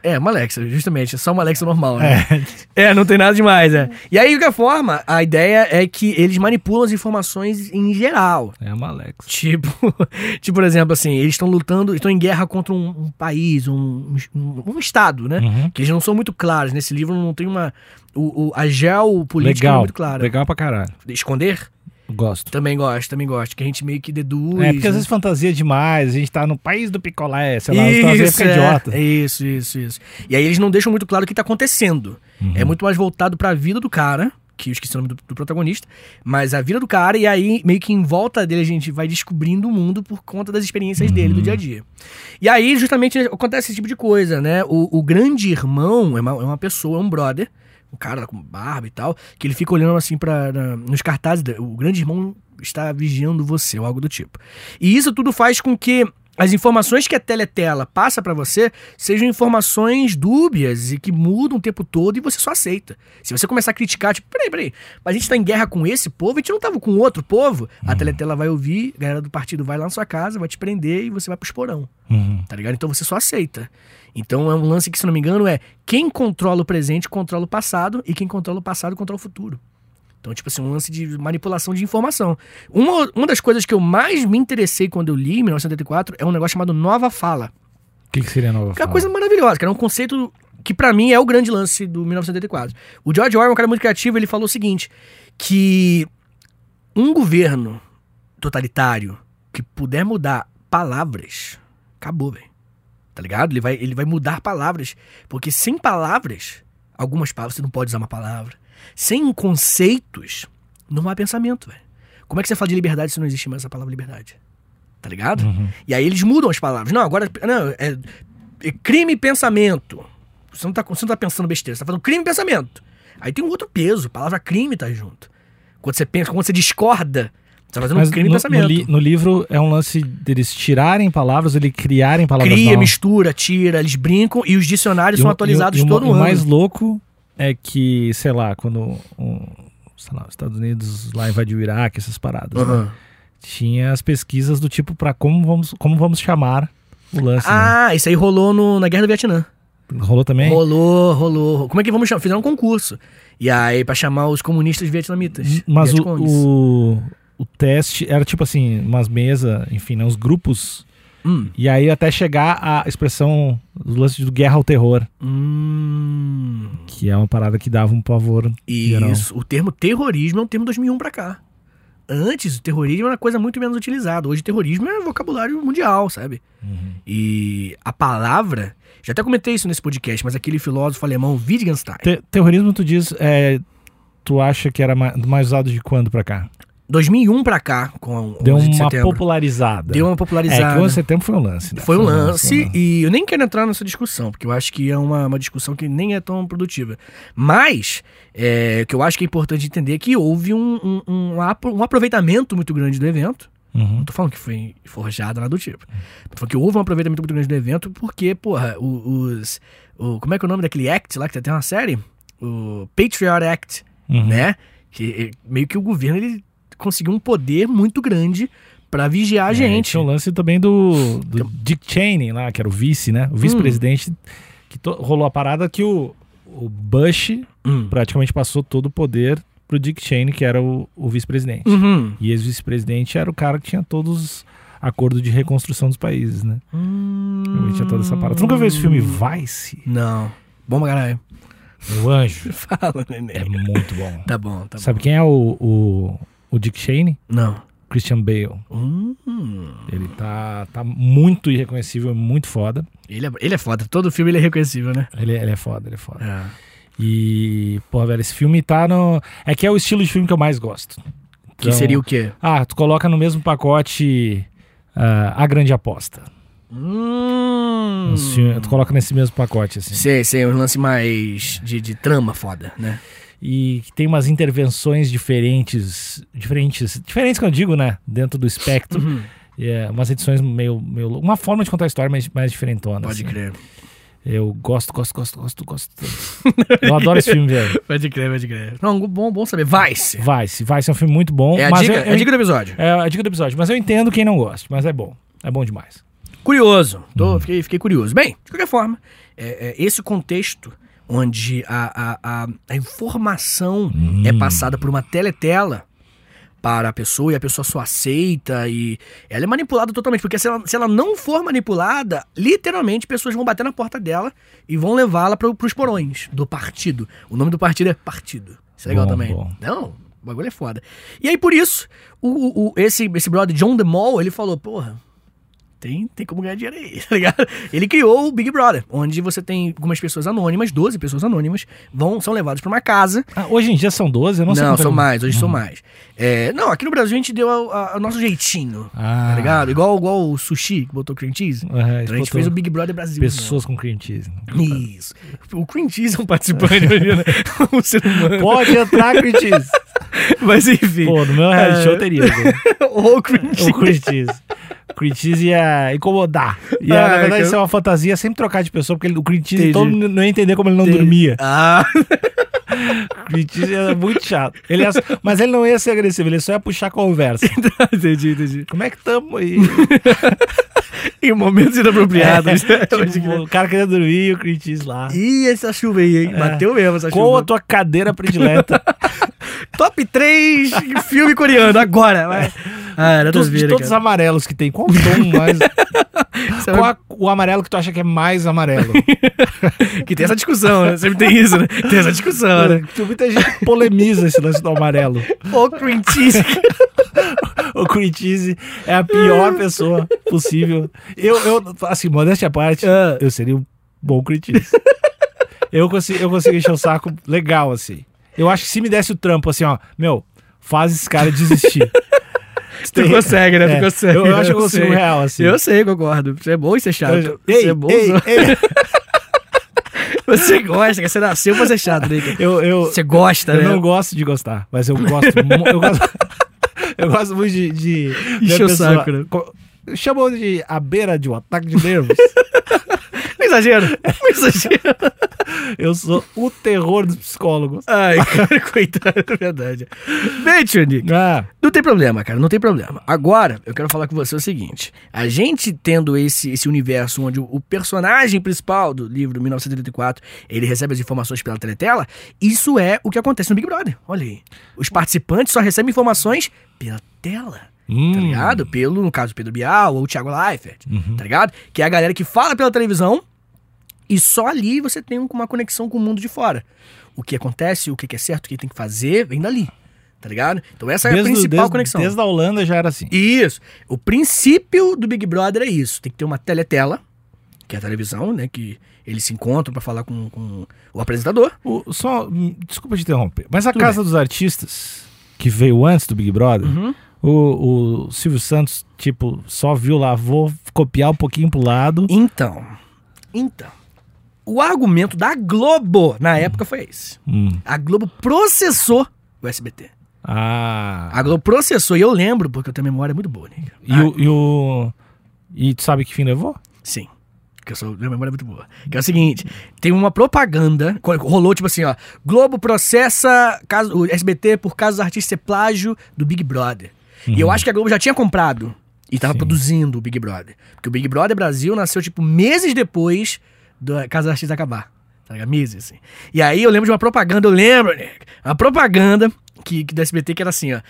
[SPEAKER 3] É, uma Alexa, justamente. É só uma Alexa normal, né? [laughs] É. não tem nada demais, é. E aí, de qualquer forma, a ideia é que eles manipulam as informações em geral.
[SPEAKER 2] É uma Alexa.
[SPEAKER 3] Tipo, [laughs] tipo por exemplo, assim, eles estão lutando, estão em guerra contra um, um país, um, um, um estado, né?
[SPEAKER 2] Uhum.
[SPEAKER 3] Que eles não são muito claros. Nesse livro não tem uma. O, o, a geopolítica não é
[SPEAKER 2] Legal.
[SPEAKER 3] muito clara.
[SPEAKER 2] Legal pra caralho.
[SPEAKER 3] Esconder?
[SPEAKER 2] Gosto.
[SPEAKER 3] Também gosto, também gosto. Que a gente meio que deduz.
[SPEAKER 2] É, porque às
[SPEAKER 3] né?
[SPEAKER 2] vezes fantasia demais, a gente tá no país do picolé, sei lá, então às vezes fica
[SPEAKER 3] é.
[SPEAKER 2] idiota.
[SPEAKER 3] Isso, isso, isso. E aí eles não deixam muito claro o que tá acontecendo.
[SPEAKER 2] Uhum.
[SPEAKER 3] É muito mais voltado pra vida do cara, que eu esqueci o nome do, do protagonista, mas a vida do cara, e aí meio que em volta dele a gente vai descobrindo o mundo por conta das experiências dele do dia a dia. E aí justamente acontece esse tipo de coisa, né? O, o grande irmão é uma, é uma pessoa, é um brother, um cara com barba e tal, que ele fica olhando assim para nos cartazes, da- o grande irmão está vigiando você, ou algo do tipo. E isso tudo faz com que as informações que a teletela passa pra você sejam informações dúbias e que mudam o tempo todo e você só aceita. Se você começar a criticar, tipo, peraí, peraí, mas a gente tá em guerra com esse povo, a gente não tava com outro povo, a teletela vai ouvir, a galera do partido vai lá na sua casa, vai te prender e você vai pro esporão
[SPEAKER 2] Uhum.
[SPEAKER 3] tá ligado? Então você só aceita. Então é um lance que, se não me engano, é quem controla o presente controla o passado e quem controla o passado controla o futuro. Então, tipo assim, um lance de manipulação de informação. Uma, uma das coisas que eu mais me interessei quando eu li em 1984 é um negócio chamado Nova Fala.
[SPEAKER 2] O que, que seria a nova
[SPEAKER 3] Que é uma
[SPEAKER 2] fala?
[SPEAKER 3] coisa maravilhosa, que era um conceito que pra mim é o grande lance do 1984. O George Orwell é um cara muito criativo, ele falou o seguinte, que um governo totalitário que puder mudar palavras, acabou, velho. Tá ligado? Ele vai, ele vai mudar palavras, porque sem palavras, algumas palavras você não pode usar uma palavra. Sem conceitos, não há pensamento, velho. Como é que você fala de liberdade se não existe mais a palavra liberdade? Tá ligado?
[SPEAKER 2] Uhum.
[SPEAKER 3] E aí eles mudam as palavras. Não, agora. Não, é, é crime e pensamento. Você não, tá, você não tá pensando besteira, você tá falando crime e pensamento. Aí tem um outro peso, a palavra crime tá junto. Quando você pensa, quando você discorda, você tá fazendo
[SPEAKER 2] Mas
[SPEAKER 3] um crime e
[SPEAKER 2] no,
[SPEAKER 3] pensamento.
[SPEAKER 2] no, li- no livro é um lance deles tirarem palavras, eles criarem palavras
[SPEAKER 3] Cria,
[SPEAKER 2] novas.
[SPEAKER 3] mistura, tira, eles brincam e os dicionários
[SPEAKER 2] E
[SPEAKER 3] são
[SPEAKER 2] o-
[SPEAKER 3] atualizados
[SPEAKER 2] e o- e o-
[SPEAKER 3] todo
[SPEAKER 2] e
[SPEAKER 3] ano.
[SPEAKER 2] O mais louco é que, sei lá, quando um, sei lá, os Estados Unidos lá invadiu o Iraque, essas paradas, né?
[SPEAKER 3] Aham.
[SPEAKER 2] tinha as pesquisas do tipo pra como vamos, como vamos chamar o lance.
[SPEAKER 3] Ah, isso aí rolou no- na Guerra do Vietnã.
[SPEAKER 2] né? Rolou também?
[SPEAKER 3] Rolou, rolou. Como é que vamos chamar? Fizeram um concurso. E aí, pra chamar os comunistas vietnamitas.
[SPEAKER 2] Mas o,
[SPEAKER 3] Vietcongs.
[SPEAKER 2] o, o teste era tipo assim, umas mesas, enfim, né, uns grupos.
[SPEAKER 3] Hum.
[SPEAKER 2] E aí até chegar a expressão do lance do guerra ao terror,
[SPEAKER 3] Hum.
[SPEAKER 2] que é uma parada que dava um pavor. geral.
[SPEAKER 3] Isso. O termo terrorismo é um termo 2001 pra cá. Antes, o terrorismo era uma coisa muito menos utilizada. Hoje, terrorismo é vocabulário mundial, sabe?
[SPEAKER 2] Uhum.
[SPEAKER 3] E a palavra. Já até comentei isso nesse podcast, mas aquele filósofo alemão Wittgenstein.
[SPEAKER 2] Te- terrorismo, tu diz, é, tu acha que era ma- mais, usado de quando pra cá?
[SPEAKER 3] 2001 pra cá, com o
[SPEAKER 2] Deu
[SPEAKER 3] 11 de
[SPEAKER 2] uma
[SPEAKER 3] setembro.
[SPEAKER 2] popularizada.
[SPEAKER 3] Deu uma
[SPEAKER 2] É, que
[SPEAKER 3] popularizada.
[SPEAKER 2] o 11 de setembro foi um lance. né?
[SPEAKER 3] Foi um
[SPEAKER 2] foi um
[SPEAKER 3] lance,
[SPEAKER 2] lance.
[SPEAKER 3] e eu nem quero entrar nessa discussão, porque eu acho que é uma, uma discussão que nem é tão produtiva. Mas, é, o que eu acho que é importante entender é que houve um, um, um apro- um aproveitamento muito grande do evento.
[SPEAKER 2] Uhum.
[SPEAKER 3] Não tô falando que foi forjado, nada do tipo. Tô falando que houve um aproveitamento muito grande do evento, porque, porra, o- os. o- como é que é o nome daquele act lá que tem até uma série? O Patriot Act,
[SPEAKER 2] Uhum.
[SPEAKER 3] né? Que é, meio que o governo ele conseguiu um poder muito grande pra vigiar a
[SPEAKER 2] É,
[SPEAKER 3] gente.
[SPEAKER 2] Tinha o lance também do, do Dick Cheney lá, que era o vice, né? O vice-presidente, que to- rolou a parada que o, o Bush
[SPEAKER 3] Hum.
[SPEAKER 2] praticamente passou todo o poder pro Dick Cheney, que era o, o vice-presidente.
[SPEAKER 3] Uhum.
[SPEAKER 2] E esse vice-presidente era o cara que tinha todos os acordos de reconstrução dos países, né? Realmente tinha toda essa parada. Tu nunca viu esse filme Vice?
[SPEAKER 3] Não. Bom pra caralho. [laughs]
[SPEAKER 2] O Anjo.
[SPEAKER 3] Fala,
[SPEAKER 2] É
[SPEAKER 3] neném.
[SPEAKER 2] muito bom.
[SPEAKER 3] Tá bom, tá
[SPEAKER 2] Sabe quem é o, o, o Dick Cheney?
[SPEAKER 3] bom. Não.
[SPEAKER 2] Christian Bale.
[SPEAKER 3] Hum.
[SPEAKER 2] Ele tá, tá muito irreconhecível, muito foda.
[SPEAKER 3] Ele, é, ele é foda. Todo filme ele é reconhecível, né?
[SPEAKER 2] Ele, ele é foda, ele é foda.
[SPEAKER 3] É.
[SPEAKER 2] E, porra, velho, esse filme tá no. É que é o estilo de filme que eu mais gosto.
[SPEAKER 3] Que seria o quê?
[SPEAKER 2] Ah, tu coloca no mesmo pacote ah, A Grande Aposta.
[SPEAKER 3] Hum.
[SPEAKER 2] Os filmes- Tu coloca nesse mesmo pacote, assim.
[SPEAKER 3] Sei, sei, um lance mais de, de trama foda, né?
[SPEAKER 2] E que tem umas intervenções diferentes. Diferentes. Diferentes que eu digo, né? Dentro do espectro.
[SPEAKER 3] Uhum.
[SPEAKER 2] É, umas edições meio, meio. lou- Uma forma de contar a história mais, mais diferentona.
[SPEAKER 3] Pode
[SPEAKER 2] assim.
[SPEAKER 3] crer.
[SPEAKER 2] Eu gosto, gosto, gosto, gosto, gosto. [laughs] eu adoro esse filme, velho.
[SPEAKER 3] Pode crer, pode crer. Não, bom, bom saber. Vice!
[SPEAKER 2] Vice, Vice é um filme muito bom.
[SPEAKER 3] É a,
[SPEAKER 2] mas
[SPEAKER 3] dica,
[SPEAKER 2] eu-
[SPEAKER 3] é a
[SPEAKER 2] eu-
[SPEAKER 3] dica do episódio.
[SPEAKER 2] É a dica do episódio, mas eu entendo quem não gosta, mas é bom. É bom demais.
[SPEAKER 3] Curioso. Tô,
[SPEAKER 2] Hum.
[SPEAKER 3] fiquei, fiquei curioso. Bem, de qualquer forma, é, é, esse contexto onde a, a, a, a informação
[SPEAKER 2] Hum.
[SPEAKER 3] é passada por uma teletela para a pessoa e a pessoa só aceita e ela é manipulada totalmente, porque se ela, se ela não for manipulada, literalmente pessoas vão bater na porta dela e vão levá-la para os porões do partido. O nome do partido é Partido. Isso é legal
[SPEAKER 2] Bom,
[SPEAKER 3] também.
[SPEAKER 2] bom.
[SPEAKER 3] Não, o bagulho é foda. E aí, por isso, o, o- o- esse, esse brother John DeMol, ele falou, porra, tem, tem como ganhar dinheiro aí, [laughs] tá ligado? Ele criou o Big Brother, onde você tem algumas pessoas anônimas, 12 pessoas anônimas, vão, são levadas pra uma casa.
[SPEAKER 2] Ah, hoje em dia são 12, eu não,
[SPEAKER 3] Não,
[SPEAKER 2] sei quanto
[SPEAKER 3] são
[SPEAKER 2] é.
[SPEAKER 3] mais, hoje são mais. É, não, aqui no Brasil a gente deu a- a- o nosso jeitinho,
[SPEAKER 2] Ah,
[SPEAKER 3] tá ligado? Igual, igual o sushi que botou cream cheese.
[SPEAKER 2] É,
[SPEAKER 3] Então a gente
[SPEAKER 2] botou
[SPEAKER 3] fez o né? Big Brother Brasil.
[SPEAKER 2] Pessoas com cream cheese.
[SPEAKER 3] Isso. O cream cheese é
[SPEAKER 2] [laughs]
[SPEAKER 3] um participante, imagina. um ser humano.
[SPEAKER 2] Pode entrar, cream cheese.
[SPEAKER 3] Mas enfim.
[SPEAKER 2] [laughs]
[SPEAKER 3] É,
[SPEAKER 2] Pô, no meu reality show teria.
[SPEAKER 3] [laughs]
[SPEAKER 2] viu?
[SPEAKER 3] o cream
[SPEAKER 2] O
[SPEAKER 3] cheese.
[SPEAKER 2] cream cheese. O cream cheese ia incomodar. E ah, na
[SPEAKER 3] Ah,
[SPEAKER 2] verdade
[SPEAKER 3] cara.
[SPEAKER 2] isso é uma fantasia, sempre trocar de pessoa, porque ele- o cream cheese
[SPEAKER 3] Entendi.
[SPEAKER 2] todo mundo não ia entender como ele não dormia.
[SPEAKER 3] Ah, [laughs]
[SPEAKER 2] O cream cheese era é muito chato. Ele ia- mas ele não ia ser agressivo, ele só ia puxar a conversa.
[SPEAKER 3] entendi, entendi.
[SPEAKER 2] Então, Como é que tamo aí?
[SPEAKER 3] Em [laughs] momentos inapropriados.
[SPEAKER 2] [laughs] É, tipo,
[SPEAKER 3] Pode crer.
[SPEAKER 2] o cara queria dormir e o cream cheese lá.
[SPEAKER 3] Ih, essa chuva aí, hein?
[SPEAKER 2] É.
[SPEAKER 3] Bateu mesmo essa
[SPEAKER 2] Qual a
[SPEAKER 3] chuva.
[SPEAKER 2] tua cadeira [laughs] predileta?
[SPEAKER 3] Top 3 [laughs] filme coreano,
[SPEAKER 2] [laughs]
[SPEAKER 3] agora. vai. Ah, era
[SPEAKER 2] Dos-
[SPEAKER 3] dos
[SPEAKER 2] de todos os
[SPEAKER 3] cara.
[SPEAKER 2] amarelos que tem, qual o tom [laughs] mais.
[SPEAKER 3] Isso é
[SPEAKER 2] qual a- o amarelo que tu acha que é mais [laughs] amarelo?
[SPEAKER 3] Que tem essa discussão, né? Sempre tem isso, né? Tem essa
[SPEAKER 2] [laughs]
[SPEAKER 3] discussão, né?
[SPEAKER 2] Porque Muita gente polemiza esse lance do amarelo.
[SPEAKER 3] O cream [laughs] cheese.
[SPEAKER 2] O cream cheese é a [laughs] pior pessoa possível. Eu, eu assim, modéstia à parte,
[SPEAKER 3] Ah,
[SPEAKER 2] eu seria um bom cream cheese.
[SPEAKER 3] [laughs]
[SPEAKER 2] Eu consigo, eu consigo encher o saco legal, assim. Eu acho que se me desse o trampo, assim, ó, meu, faz esse cara
[SPEAKER 3] [laughs]
[SPEAKER 2] desistir.
[SPEAKER 3] Tu consegue, né? Tu
[SPEAKER 2] É,
[SPEAKER 3] consegue.
[SPEAKER 2] eu- eu acho que eu consigo
[SPEAKER 3] sei.
[SPEAKER 2] real, assim.
[SPEAKER 3] Eu sei, concordo. Você é bom e você é chato.
[SPEAKER 2] Eu-
[SPEAKER 3] Você
[SPEAKER 2] ei,
[SPEAKER 3] é bom.
[SPEAKER 2] ei, ei,
[SPEAKER 3] [laughs] Você gosta, cara. Você nasceu pra ser chato, né? cara?
[SPEAKER 2] eu, eu,
[SPEAKER 3] Você gosta,
[SPEAKER 2] eu
[SPEAKER 3] né?
[SPEAKER 2] não gosto de gostar, mas eu gosto. mu- eu, gosto [laughs] eu gosto muito de.
[SPEAKER 3] [laughs]
[SPEAKER 2] de
[SPEAKER 3] Encher
[SPEAKER 2] da
[SPEAKER 3] o
[SPEAKER 2] pessoa-
[SPEAKER 3] saco, né?
[SPEAKER 2] co- Chamou de a beira de um ataque de
[SPEAKER 3] [laughs]
[SPEAKER 2] nervos.
[SPEAKER 3] Não
[SPEAKER 2] [laughs]
[SPEAKER 3] exagero. Não exagero.
[SPEAKER 2] eu sou o terror dos psicólogos.
[SPEAKER 3] Ai, cara, [laughs] coitado, é verdade. Bem, tio Nick,
[SPEAKER 2] Ah,
[SPEAKER 3] Não tem problema, cara, não tem problema. Agora, eu quero falar com você o seguinte: a gente tendo esse, esse universo onde o, o personagem principal do livro 1984 ele recebe as informações pela teletela, isso é o que acontece no Big Brother. Olha aí. Os participantes só recebem informações pela tela. Tá
[SPEAKER 2] hum.
[SPEAKER 3] ligado? Pelo, no caso, Pedro Bial ou Thiago Leifert, tá ligado? Que é a galera que fala pela televisão e só ali você tem uma conexão com o mundo de fora. O que acontece, o que que é certo, o que tem que fazer, vem dali, tá ligado? Então essa é a
[SPEAKER 2] Desde o-
[SPEAKER 3] principal
[SPEAKER 2] desde-
[SPEAKER 3] conexão.
[SPEAKER 2] Desde a Holanda já era assim.
[SPEAKER 3] Isso. O princípio do Big Brother é isso. Tem que ter uma teletela, que é a televisão, né? Que eles se encontram pra falar com, com o apresentador.
[SPEAKER 2] O- só, hum, desculpa te interromper, mas a
[SPEAKER 3] Tudo
[SPEAKER 2] Casa dos Artistas, que veio antes do Big Brother,
[SPEAKER 3] Uhum.
[SPEAKER 2] o, o Silvio Santos, tipo, só viu lá, vou copiar um pouquinho pro lado.
[SPEAKER 3] Então, então, o argumento da Globo na época foi esse.
[SPEAKER 2] Hum.
[SPEAKER 3] A Globo processou o SBT.
[SPEAKER 2] Ah.
[SPEAKER 3] A Globo processou, e eu lembro, porque eu tenho a memória muito boa, né?
[SPEAKER 2] E, o, e o- e tu sabe que fim levou?
[SPEAKER 3] Sim. Que eu sou, minha memória é muito boa. Que é o seguinte: tem uma propaganda. co- Rolou tipo assim, ó. Globo processa caso, o SBT por causa do artista ser plágio do Big Brother. E eu acho que a Globo já tinha comprado. E
[SPEAKER 2] Uhum.
[SPEAKER 3] tava
[SPEAKER 2] Sim.
[SPEAKER 3] produzindo o Big Brother. Porque o Big Brother Brasil nasceu, tipo, meses depois da Casa dos Artistas acabar. Tá ligado? Meses, assim. E aí eu lembro de uma propaganda, eu lembro, né? Uma propaganda que, que do SBT que era assim, ó.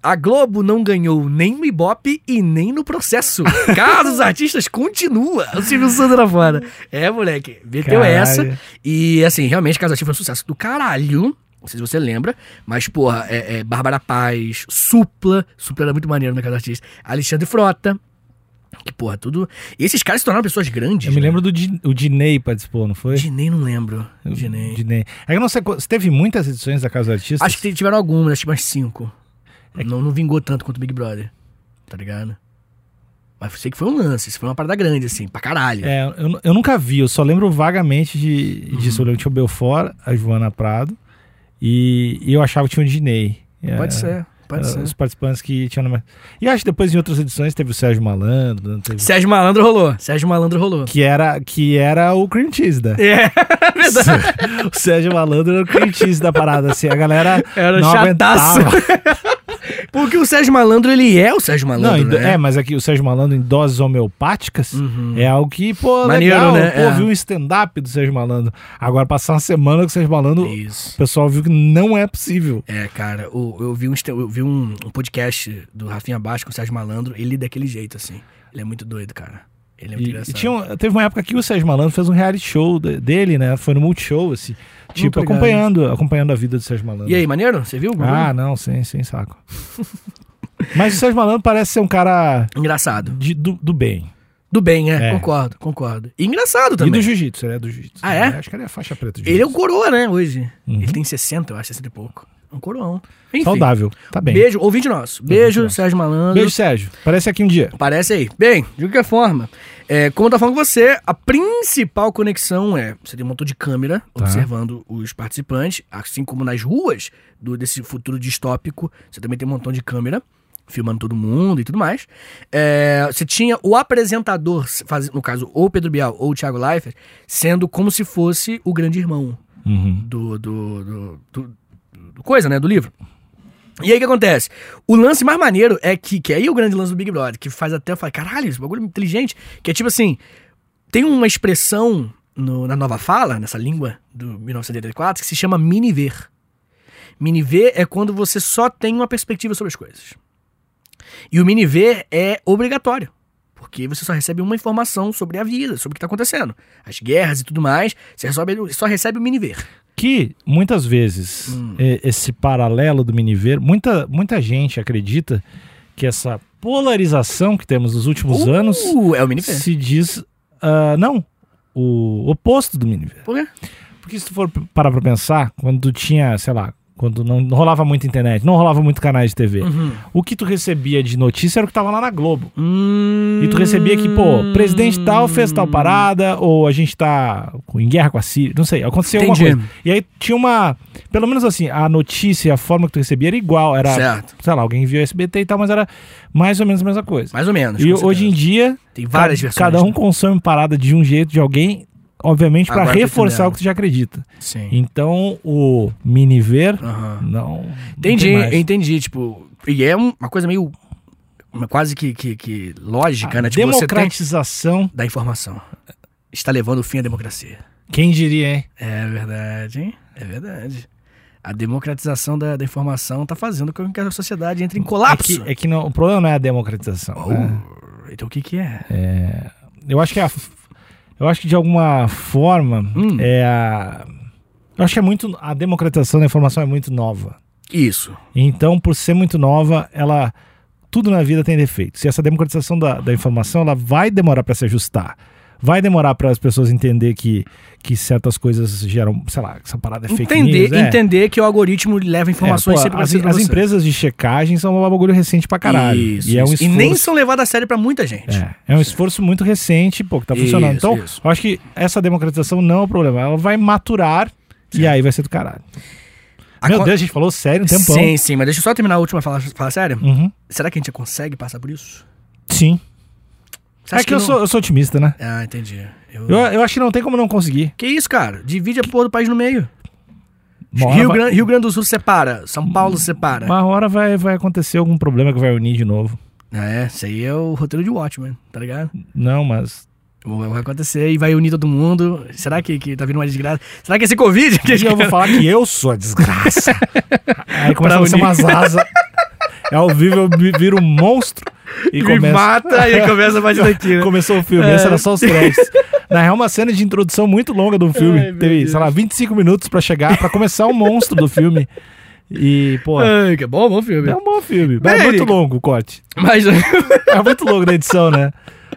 [SPEAKER 3] A Globo não ganhou nem no Ibope e nem
[SPEAKER 2] [laughs]
[SPEAKER 3] no processo. Caso os artistas continua. O Silvio Santos lá fora. É, moleque. Meteu
[SPEAKER 2] Caralho.
[SPEAKER 3] essa. E, assim, realmente, Casa Ativa foi um sucesso do caralho. Não sei se você lembra, mas, porra, é, é Bárbara Paz, Supla. Supla era muito maneiro na Casa Artista. Alexandre Frota. Que, porra, tudo. E esses caras se tornaram pessoas grandes.
[SPEAKER 2] Eu me
[SPEAKER 3] né?
[SPEAKER 2] lembro do Di- o Dinei participou, não foi?
[SPEAKER 3] Dinei, não lembro.
[SPEAKER 2] O
[SPEAKER 3] Dinei.
[SPEAKER 2] Dinei. É que eu não sei, qu- se teve muitas edições da Casa dos Artistas.
[SPEAKER 3] Acho que tiveram algumas, acho que mais cinco.
[SPEAKER 2] É
[SPEAKER 3] Não, não vingou tanto quanto o Big Brother. Tá ligado? Mas sei que foi um lance, isso foi uma parada grande, assim, pra caralho.
[SPEAKER 2] É, eu, nu- eu nunca vi, eu só lembro vagamente de,
[SPEAKER 3] Uhum.
[SPEAKER 2] disso. Eu lembro que tinha o Belfort, a Joana Prado, e, e eu achava que tinha o Dinei. É,
[SPEAKER 3] Pode ser, pode
[SPEAKER 2] é,
[SPEAKER 3] ser.
[SPEAKER 2] Os participantes que tinham... nome- E acho que depois em outras edições teve o Sérgio Malandro, né, teve-
[SPEAKER 3] Sérgio Malandro rolou. Sérgio Malandro rolou.
[SPEAKER 2] que, era, que era o cream cheese, né? [laughs]
[SPEAKER 3] É, verdade.
[SPEAKER 2] O Sérgio Malandro era o cream cheese da parada, assim, a galera
[SPEAKER 3] Era
[SPEAKER 2] não
[SPEAKER 3] chataço.
[SPEAKER 2] aguentava.
[SPEAKER 3] Porque o Sérgio Malandro, ele é o Sérgio
[SPEAKER 2] Não,
[SPEAKER 3] Malandro,
[SPEAKER 2] em do-
[SPEAKER 3] né?
[SPEAKER 2] é, mas aqui o Sérgio Malandro em doses homeopáticas
[SPEAKER 3] Uhum.
[SPEAKER 2] é algo que, pô,
[SPEAKER 3] Maneiro,
[SPEAKER 2] legal,
[SPEAKER 3] né?
[SPEAKER 2] pô,
[SPEAKER 3] É.
[SPEAKER 2] vi um stand-up do Sérgio Malandro. Agora, passar uma semana com o Sérgio Malandro, o
[SPEAKER 3] Isso.
[SPEAKER 2] pessoal viu que não é possível.
[SPEAKER 3] É, cara, o- eu, vi, um, insta- eu vi um, um podcast do Rafinha Baixo com o Sérgio Malandro, ele daquele jeito, assim. Ele é muito doido, cara. Ele é
[SPEAKER 2] E,
[SPEAKER 3] muito
[SPEAKER 2] e
[SPEAKER 3] engraçado.
[SPEAKER 2] tinha um- teve uma época que o Sérgio Malandro fez um reality show de- dele, né? Foi no Multishow, assim. Tipo,
[SPEAKER 3] pegar,
[SPEAKER 2] acompanhando, acompanhando a vida do Sérgio Malandro.
[SPEAKER 3] E aí, maneiro? Você viu?
[SPEAKER 2] Ah, não, sem, sem saco. [laughs] Mas o Sérgio Malandro parece ser um cara
[SPEAKER 3] Engraçado.
[SPEAKER 2] de- do, do bem.
[SPEAKER 3] Do bem, é,
[SPEAKER 2] É.
[SPEAKER 3] concordo, concordo. E engraçado também.
[SPEAKER 2] E do jiu-jitsu, ele é do jiu-jitsu.
[SPEAKER 3] Ah, é?
[SPEAKER 2] Acho que ele é faixa preta de
[SPEAKER 3] Ele é o
[SPEAKER 2] jiu-jitsu.
[SPEAKER 3] coroa, né, hoje.
[SPEAKER 2] Uhum.
[SPEAKER 3] Ele tem 60, eu acho, 60 e pouco. É um coroão. Enfim,
[SPEAKER 2] Saudável. Tá bem.
[SPEAKER 3] Beijo, ouvinte nosso. Beijo,
[SPEAKER 2] nosso.
[SPEAKER 3] Sérgio Malandro.
[SPEAKER 2] Beijo, Sérgio. Parece aqui um dia.
[SPEAKER 3] Parece aí. Bem, de qualquer forma, é, como eu tava falando com você, a principal conexão é você tem um montão de câmera
[SPEAKER 2] Tá.
[SPEAKER 3] observando os participantes, assim como nas ruas do, desse futuro distópico, você também tem um montão de câmera filmando todo mundo e tudo mais. É, você tinha o apresentador, faz- no caso, ou Pedro Bial ou o Thiago Leifert, sendo como se fosse o grande irmão do, do, do, do- do coisa, né? Do livro. E aí o que acontece? O lance mais maneiro é que, que aí é o grande lance do Big Brother, que faz até eu falar, caralho, esse bagulho é muito inteligente, que é tipo assim, tem uma expressão no- na nova fala, nessa língua do 1984, que se chama miniver. Miniver é quando você só tem uma perspectiva sobre as coisas. E o miniver é obrigatório. Porque você só recebe uma informação sobre a vida, sobre o que tá acontecendo. As guerras e tudo mais, você recebe- só recebe o miniver.
[SPEAKER 2] Que, muitas vezes,
[SPEAKER 3] Hum.
[SPEAKER 2] é, esse paralelo do miniver, muita, muita gente acredita que essa polarização que temos nos últimos
[SPEAKER 3] Uh,
[SPEAKER 2] anos
[SPEAKER 3] É o miniver.
[SPEAKER 2] se diz... ah, não, o oposto do miniver.
[SPEAKER 3] Por quê?
[SPEAKER 2] Porque se tu for parar pra pensar, quando tinha, sei lá, quando não não rolava muita internet, não rolava muito canais de TV,
[SPEAKER 3] Hum.
[SPEAKER 2] o que tu recebia de notícia era o que tava lá na Globo. E
[SPEAKER 3] Hum.
[SPEAKER 2] tu recebia que, pô, presidente tal fez tal parada, ou a gente tá com- em guerra com a Síria, não sei, aconteceu alguma
[SPEAKER 3] Entendi.
[SPEAKER 2] coisa. E aí tinha uma. Pelo menos assim, a notícia e a forma que tu recebia era igual. Era,
[SPEAKER 3] Certo.
[SPEAKER 2] sei lá, alguém viu SBT e tal, mas era mais ou menos a mesma coisa.
[SPEAKER 3] Mais ou menos.
[SPEAKER 2] e
[SPEAKER 3] com
[SPEAKER 2] hoje em
[SPEAKER 3] certeza.
[SPEAKER 2] dia,
[SPEAKER 3] Tem várias
[SPEAKER 2] cada,
[SPEAKER 3] versões.
[SPEAKER 2] cada um
[SPEAKER 3] né?
[SPEAKER 2] consome parada de um jeito de alguém, obviamente, pra
[SPEAKER 3] Agora tô
[SPEAKER 2] reforçar
[SPEAKER 3] entendendo.
[SPEAKER 2] o que tu já acredita.
[SPEAKER 3] Sim.
[SPEAKER 2] Então, o miniver,
[SPEAKER 3] Aham.
[SPEAKER 2] não. não
[SPEAKER 3] Entendi,
[SPEAKER 2] tem mais.
[SPEAKER 3] entendi. Tipo, e é um- uma coisa meio. uma quase que, que, que
[SPEAKER 2] Ah,
[SPEAKER 3] lógica, né? Tipo, você
[SPEAKER 2] Democratização.
[SPEAKER 3] tem da informação. Está levando o fim à democracia.
[SPEAKER 2] Quem diria, hein?
[SPEAKER 3] É verdade, hein? É verdade. A democratização da, da informação tá fazendo com que a sociedade entre em
[SPEAKER 2] É
[SPEAKER 3] colapso.
[SPEAKER 2] que, é que não, o problema não é a democratização. né?
[SPEAKER 3] Oh, então o que que é?
[SPEAKER 2] Eu acho que é a, eu acho que de alguma forma
[SPEAKER 3] Hum.
[SPEAKER 2] é a, eu acho que é muito a democratização da informação é muito nova.
[SPEAKER 3] Isso.
[SPEAKER 2] Então, por ser muito nova, ela tudo na vida tem defeito. Se essa democratização da, da informação, ela vai demorar para se ajustar. Vai demorar para as pessoas entender que, que certas coisas geram, sei lá, essa parada é fake
[SPEAKER 3] Entender,
[SPEAKER 2] news. é.
[SPEAKER 3] entender que o algoritmo leva informações
[SPEAKER 2] É, pô,
[SPEAKER 3] sempre pra
[SPEAKER 2] as,
[SPEAKER 3] cima pra
[SPEAKER 2] as
[SPEAKER 3] você.
[SPEAKER 2] empresas de checagem são um bagulho recente pra caralho.
[SPEAKER 3] Isso,
[SPEAKER 2] e é um
[SPEAKER 3] isso.
[SPEAKER 2] esforço.
[SPEAKER 3] E nem são levadas a sério pra muita gente.
[SPEAKER 2] É, é um esforço muito recente, pô, que tá funcionando.
[SPEAKER 3] Isso,
[SPEAKER 2] então,
[SPEAKER 3] isso.
[SPEAKER 2] eu acho que essa democratização não é o problema. Ela vai maturar e aí vai ser do caralho.
[SPEAKER 3] A
[SPEAKER 2] Meu
[SPEAKER 3] co-
[SPEAKER 2] Deus, a gente falou sério um tempão.
[SPEAKER 3] Sim, sim, mas deixa eu só terminar a última fala, fala séria.
[SPEAKER 2] Uhum.
[SPEAKER 3] Será que a gente consegue passar por isso?
[SPEAKER 2] Sim.
[SPEAKER 3] Você
[SPEAKER 2] É
[SPEAKER 3] acha
[SPEAKER 2] que eu
[SPEAKER 3] não-
[SPEAKER 2] sou, eu sou otimista, né?
[SPEAKER 3] Ah, entendi. Eu-
[SPEAKER 2] Eu, eu acho que não tem como não conseguir.
[SPEAKER 3] Que isso, cara? Divide a porra do país no meio.
[SPEAKER 2] Uma hora,
[SPEAKER 3] Rio,
[SPEAKER 2] vai, Hum,
[SPEAKER 3] Gran- Rio Grande né? do Sul separa, São Paulo separa.
[SPEAKER 2] uma hora vai, vai acontecer algum problema que vai unir de novo.
[SPEAKER 3] Ah, é, isso aí é o roteiro de Watchmen, tá ligado?
[SPEAKER 2] Não, mas.
[SPEAKER 3] Vai acontecer e vai unir todo mundo. Será que, que tá vindo uma desgraça? Será que esse Covid...
[SPEAKER 2] E um eu vou falar que eu sou a
[SPEAKER 3] [laughs]
[SPEAKER 2] desgraça. aí começa a
[SPEAKER 3] Pra
[SPEAKER 2] ser
[SPEAKER 3] unir.
[SPEAKER 2] umas
[SPEAKER 3] [laughs]
[SPEAKER 2] asas. É ao vivo, eu vi- viro um monstro e
[SPEAKER 3] Me
[SPEAKER 2] começa.
[SPEAKER 3] mata e começa
[SPEAKER 2] [laughs]
[SPEAKER 3] a partir daqui, né? É.
[SPEAKER 2] Começou o filme, esse era só os créditos. Na real, uma cena de introdução muito longa do filme.
[SPEAKER 3] Ai, meu
[SPEAKER 2] Teve,
[SPEAKER 3] Deus.
[SPEAKER 2] sei lá, 25 minutos pra chegar, pra começar o monstro do filme. E, pô, é
[SPEAKER 3] Ai, que bom, bom filme.
[SPEAKER 2] um bom filme. Mas é
[SPEAKER 3] Bem,
[SPEAKER 2] muito
[SPEAKER 3] Eric.
[SPEAKER 2] longo o corte.
[SPEAKER 3] Mas... [laughs]
[SPEAKER 2] É muito longo na edição, né?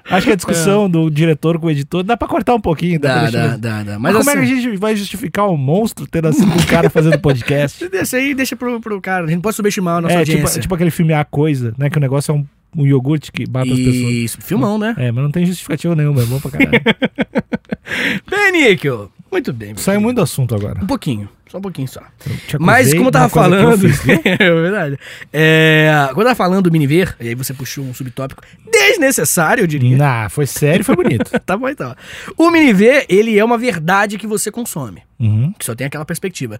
[SPEAKER 2] Acho que a discussão do diretor com o editor dá pra cortar um pouquinho. Dá, pra
[SPEAKER 3] É. Dá,
[SPEAKER 2] deixar-
[SPEAKER 3] dá, dá, dá.
[SPEAKER 2] Mas
[SPEAKER 3] Mas
[SPEAKER 2] como é
[SPEAKER 3] assim-
[SPEAKER 2] que a gente vai justificar o monstro tendo assim um cara fazendo podcast?
[SPEAKER 3] Deixa aí, deixa pro, pro cara. A gente não pode subestimar a [laughs] nossa
[SPEAKER 2] É, tipo,
[SPEAKER 3] audiência.
[SPEAKER 2] tipo aquele filme A Coisa, né? Que o negócio é um, um iogurte que mata as pessoas.
[SPEAKER 3] Isso, filmão, né?
[SPEAKER 2] É, mas não tem justificativa nenhuma, é bom pra
[SPEAKER 3] [laughs]
[SPEAKER 2] caralho.
[SPEAKER 3] Bem, Níquel. Muito bem. meu
[SPEAKER 2] Saiu
[SPEAKER 3] querido.
[SPEAKER 2] muito assunto agora.
[SPEAKER 3] Um pouquinho, só um pouquinho só.
[SPEAKER 2] Te acusei
[SPEAKER 3] Mas como eu
[SPEAKER 2] de
[SPEAKER 3] tava
[SPEAKER 2] uma coisa que eu
[SPEAKER 3] falando.
[SPEAKER 2] fiz. né?
[SPEAKER 3] [laughs] é verdade. É, quando eu tava falando do miniver, e aí você puxou um subtópico desnecessário, eu diria.
[SPEAKER 2] Nah, foi sério e foi
[SPEAKER 3] [laughs]
[SPEAKER 2] bonito.
[SPEAKER 3] Tá bom então. O miniver, ele é uma verdade que você consome,
[SPEAKER 2] Uhum.
[SPEAKER 3] que só tem aquela perspectiva.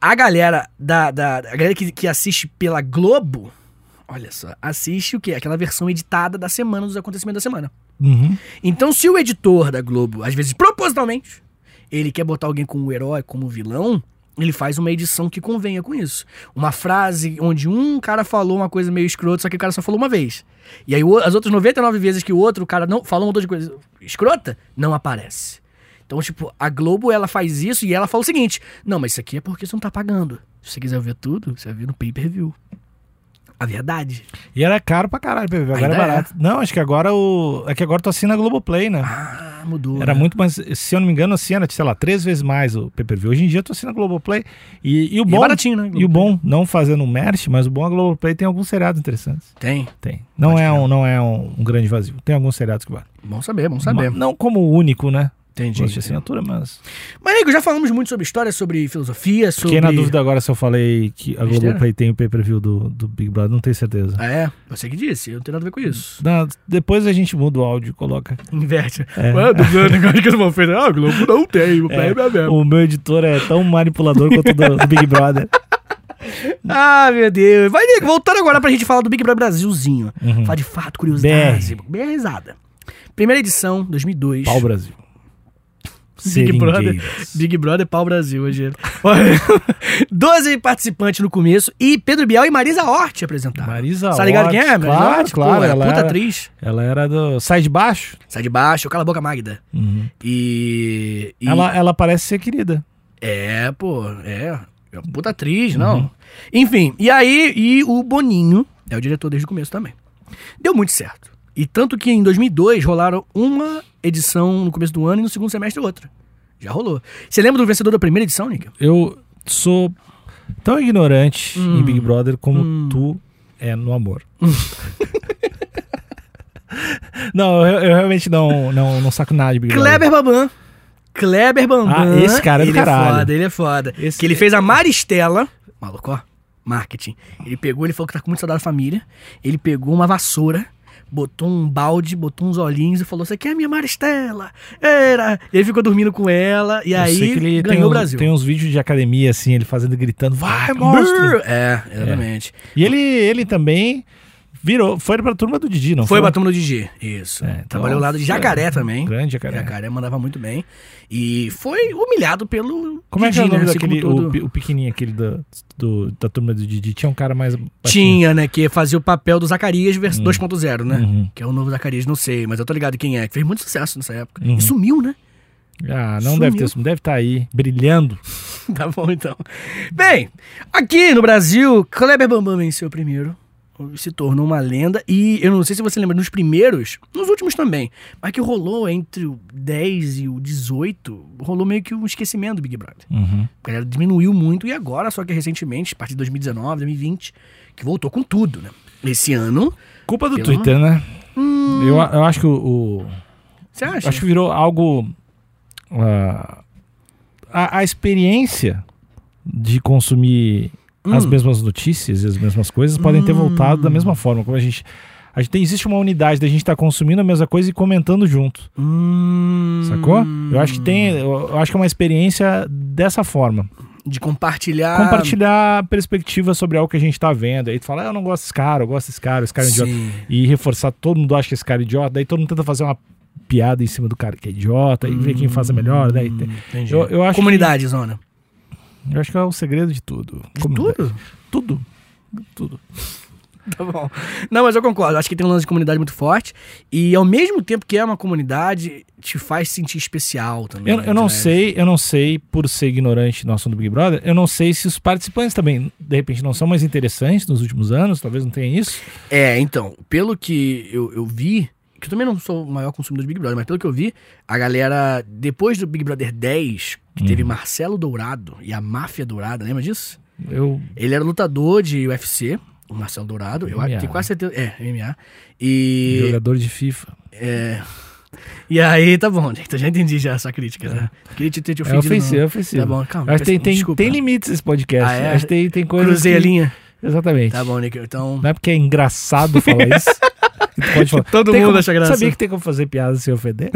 [SPEAKER 3] A galera da. da a galera que, que assiste pela Globo, olha só, assiste o quê? Aquela versão editada da semana, dos acontecimentos da semana.
[SPEAKER 2] Uhum.
[SPEAKER 3] Então, se o editor da Globo, às vezes propositalmente, ele quer botar alguém como herói, como vilão, ele faz uma edição que convenha com isso. Uma frase onde um cara falou uma coisa meio escrota, só que o cara só falou uma vez. E aí o- as outras 99 vezes que o outro cara não falou um montão de coisa escrota, não aparece. Então, tipo, a Globo ela faz isso e ela fala o seguinte: "Não, mas isso aqui é porque você não tá pagando. Se você quiser ver tudo, você vai ver no pay-per-view". A verdade.
[SPEAKER 2] E era caro pra caralho, PVP. Agora é
[SPEAKER 3] Ainda é.
[SPEAKER 2] barato. Não, acho que agora o. É que agora tu assina a Globoplay, né?
[SPEAKER 3] Ah, mudou.
[SPEAKER 2] Era
[SPEAKER 3] né?
[SPEAKER 2] muito mais, se eu não me engano, assim era, sei lá, três vezes mais o PPV. Hoje em dia tu assina a Globoplay. E, e o
[SPEAKER 3] E
[SPEAKER 2] bom.
[SPEAKER 3] é baratinho, né?
[SPEAKER 2] E o bom, não fazendo merch, mas o bom é a Globoplay tem alguns seriados interessantes.
[SPEAKER 3] Tem.
[SPEAKER 2] Tem. Não
[SPEAKER 3] Pode
[SPEAKER 2] é,
[SPEAKER 3] crer.
[SPEAKER 2] um, não é um, um grande vazio. Tem alguns seriados que valem.
[SPEAKER 3] Bom saber, bom saber.
[SPEAKER 2] Ma- Não como o único, né?
[SPEAKER 3] Tá Entendi.
[SPEAKER 2] Gosto de assinatura, mas.
[SPEAKER 3] Mas, nego, já falamos muito sobre história, sobre filosofia, sobre.
[SPEAKER 2] Fiquei na dúvida agora se eu falei que a
[SPEAKER 3] Besteira?
[SPEAKER 2] Globoplay tem o pay-per-view do, do Big Brother, não tenho certeza.
[SPEAKER 3] Ah, é? Você que disse, eu não tenho nada a ver com isso.
[SPEAKER 2] Não, depois a gente muda o áudio e coloca.
[SPEAKER 3] Inverte.
[SPEAKER 2] É.
[SPEAKER 3] Ué, [laughs] dúvida, negócio que eu vou fazer. Ah, Globo não tem, o
[SPEAKER 2] É.
[SPEAKER 3] é. mesmo.
[SPEAKER 2] O meu editor é tão manipulador quanto o do, do Big Brother.
[SPEAKER 3] [laughs] Ah, meu Deus. Vai, nego, voltando agora pra gente falar do Big Brother Brasilzinho.
[SPEAKER 2] Uhum.
[SPEAKER 3] Falar de fato, curiosidade. Bem risada. Primeira edição, 2002.
[SPEAKER 2] Pau Brasil.
[SPEAKER 3] Big Brother.
[SPEAKER 2] Seringueiras.
[SPEAKER 3] Big Brother pau Brasil hoje. [laughs] 12 participantes no começo e Pedro Bial e Marisa Hort apresentaram.
[SPEAKER 2] Marisa
[SPEAKER 3] Sabe ligado quem é?
[SPEAKER 2] Hort,
[SPEAKER 3] Marisa
[SPEAKER 2] claro,
[SPEAKER 3] Hort?
[SPEAKER 2] claro,
[SPEAKER 3] Pô, era
[SPEAKER 2] ela
[SPEAKER 3] puta
[SPEAKER 2] era-
[SPEAKER 3] atriz.
[SPEAKER 2] Ela era do. Sai de baixo?
[SPEAKER 3] Sai de baixo, cala a boca, Magda. E. e-
[SPEAKER 2] Ela, ela parece ser querida.
[SPEAKER 3] É, pô, é. É uma puta atriz, não. Enfim, e aí, e o Boninho é o diretor desde o começo também. Deu muito certo. E tanto que em 2002 rolaram uma edição no começo do ano e no segundo semestre outra. Já rolou. Você lembra do vencedor da primeira edição, Nick?
[SPEAKER 2] Eu sou tão ignorante
[SPEAKER 3] Hum.
[SPEAKER 2] em Big Brother como
[SPEAKER 3] Hum.
[SPEAKER 2] tu é no amor. [laughs] não, eu, eu realmente não, não, não saco nada de Big Brother.
[SPEAKER 3] Kleber Baban. Kleber Bambam.
[SPEAKER 2] Ah, esse cara é do
[SPEAKER 3] ele
[SPEAKER 2] caralho.
[SPEAKER 3] é foda, ele é foda.
[SPEAKER 2] Esse-
[SPEAKER 3] Que ele fez a Maristela. Maluco, ó. Marketing. Ele pegou, ele falou que tá com muito saudade da família. Ele pegou uma vassoura, botou um balde, botou uns olhinhos e falou: Você quer a minha Maristela? Era. E ele ficou dormindo com ela. E
[SPEAKER 2] Eu sei
[SPEAKER 3] aí
[SPEAKER 2] que ele
[SPEAKER 3] ganhou
[SPEAKER 2] tem,
[SPEAKER 3] o
[SPEAKER 2] um- Ah,
[SPEAKER 3] Brasil.
[SPEAKER 2] tem uns vídeos de academia, assim, ele fazendo, gritando, vai, monstro!
[SPEAKER 3] Brrr. É, exatamente.
[SPEAKER 2] E ele, ele também virou, foi pra turma do Didi, não
[SPEAKER 3] Foi
[SPEAKER 2] Então foi?
[SPEAKER 3] batom no DG. Isso.
[SPEAKER 2] É, então,
[SPEAKER 3] Trabalhou ao lado de Jacaré
[SPEAKER 2] é,
[SPEAKER 3] também.
[SPEAKER 2] Grande jacaré.
[SPEAKER 3] Jacaré mandava muito bem. E foi humilhado pelo.
[SPEAKER 2] Como é que é o
[SPEAKER 3] Didi,
[SPEAKER 2] nome
[SPEAKER 3] né? Assim como
[SPEAKER 2] daquele,
[SPEAKER 3] todo-
[SPEAKER 2] o, pe- o pequenininho, aquele da, do- da turma do Didi? Tinha um cara mais baixinho.
[SPEAKER 3] Tinha, né? Que fazia o papel do Zacarias vers- 2.0, né?
[SPEAKER 2] Uhum.
[SPEAKER 3] Que é o novo Zacarias, não sei, mas eu tô ligado quem é. Que fez muito sucesso nessa época.
[SPEAKER 2] Uhum.
[SPEAKER 3] E sumiu, né? [laughs]
[SPEAKER 2] Ah, não deve ter, deve estar aí, brilhando.
[SPEAKER 3] tá bom, então. Bem, aqui no Brasil, Kleber Bambam venceu primeiro. Se tornou uma lenda. E eu não sei se você lembra, nos primeiros, nos últimos também, mas que rolou entre o 10 e o 18, rolou meio que um esquecimento do Big Brother.
[SPEAKER 2] Uhum.
[SPEAKER 3] A galera diminuiu muito e agora, só que recentemente, a partir de 2019, 2020, que voltou com tudo, né? Esse ano.
[SPEAKER 2] Culpa do
[SPEAKER 3] Pelo Hum.
[SPEAKER 2] Twitter, né? Eu, a- eu acho que o, o-
[SPEAKER 3] Você acha?
[SPEAKER 2] Acho que virou algo. ah, a, a experiência de consumir as
[SPEAKER 3] Hum.
[SPEAKER 2] mesmas notícias e as mesmas coisas podem ter voltado da mesma forma. Como a gente. A gente tem, existe uma unidade da gente estar consumindo a mesma coisa e comentando junto.
[SPEAKER 3] Hum,
[SPEAKER 2] Sacou? Eu acho que tem. Eu, eu acho que é uma experiência dessa forma.
[SPEAKER 3] De compartilhar.
[SPEAKER 2] Compartilhar perspectivas sobre algo que a gente tá vendo. Aí tu fala, ah, eu não gosto desse cara, eu gosto desse cara, esse cara é um idiota
[SPEAKER 3] Sim.
[SPEAKER 2] e reforçar todo mundo acha que esse cara é idiota, daí todo mundo tenta fazer uma piada em cima do cara que é idiota e ver quem faz a melhor, daí tem-
[SPEAKER 3] Hum, Entendi.
[SPEAKER 2] Eu- eu acho
[SPEAKER 3] Comunidade, Zona.
[SPEAKER 2] eu acho que é o segredo de tudo.
[SPEAKER 3] De
[SPEAKER 2] Comunidade.
[SPEAKER 3] tudo? [laughs]
[SPEAKER 2] Tudo. Tudo.
[SPEAKER 3] Tá bom. Não, mas eu concordo. Acho que tem um lance de comunidade muito forte. E ao mesmo tempo que é uma comunidade, te faz sentir especial também.
[SPEAKER 2] Eu, eu não
[SPEAKER 3] né?
[SPEAKER 2] sei, eu não sei, por ser ignorante no assunto do Big Brother, eu não sei se os participantes também, de repente, não são mais interessantes nos últimos anos, talvez não tenha isso.
[SPEAKER 3] É, então, pelo que eu, eu vi, que eu também não sou o maior consumidor de Big Brother, mas pelo que eu vi, a galera, depois do Big Brother 10, que teve
[SPEAKER 2] Uhum.
[SPEAKER 3] Marcelo Dourado e a Máfia Dourada, lembra disso?
[SPEAKER 2] Eu.
[SPEAKER 3] Ele era lutador de UFC, o Marcelo Dourado, eu
[SPEAKER 2] MMA,
[SPEAKER 3] acho, tenho quase certeza. É, MMA. E.
[SPEAKER 2] Jogador de FIFA.
[SPEAKER 3] é, e aí, tá bom, gente, eu já entendi já a sua crítica, né? Queria te ter
[SPEAKER 2] É
[SPEAKER 3] te ofendido.
[SPEAKER 2] ofensivo, é
[SPEAKER 3] não.
[SPEAKER 2] ofensivo.
[SPEAKER 3] Tá bom, calma.
[SPEAKER 2] Acho que tem,
[SPEAKER 3] peço-
[SPEAKER 2] tem,
[SPEAKER 3] desculpa.
[SPEAKER 2] tem limites esse podcast.
[SPEAKER 3] Ah, é?
[SPEAKER 2] Acho que tem, tem coisas.
[SPEAKER 3] Cruzei
[SPEAKER 2] que-
[SPEAKER 3] a linha.
[SPEAKER 2] Exatamente.
[SPEAKER 3] Tá bom, Nick, então.
[SPEAKER 2] Não é porque é engraçado falar
[SPEAKER 3] [laughs]
[SPEAKER 2] isso. que tu pode falar.
[SPEAKER 3] Todo
[SPEAKER 2] tipo, Tem
[SPEAKER 3] mundo
[SPEAKER 2] como-
[SPEAKER 3] acha graça.
[SPEAKER 2] Sabia que tem como fazer piada sem ofender?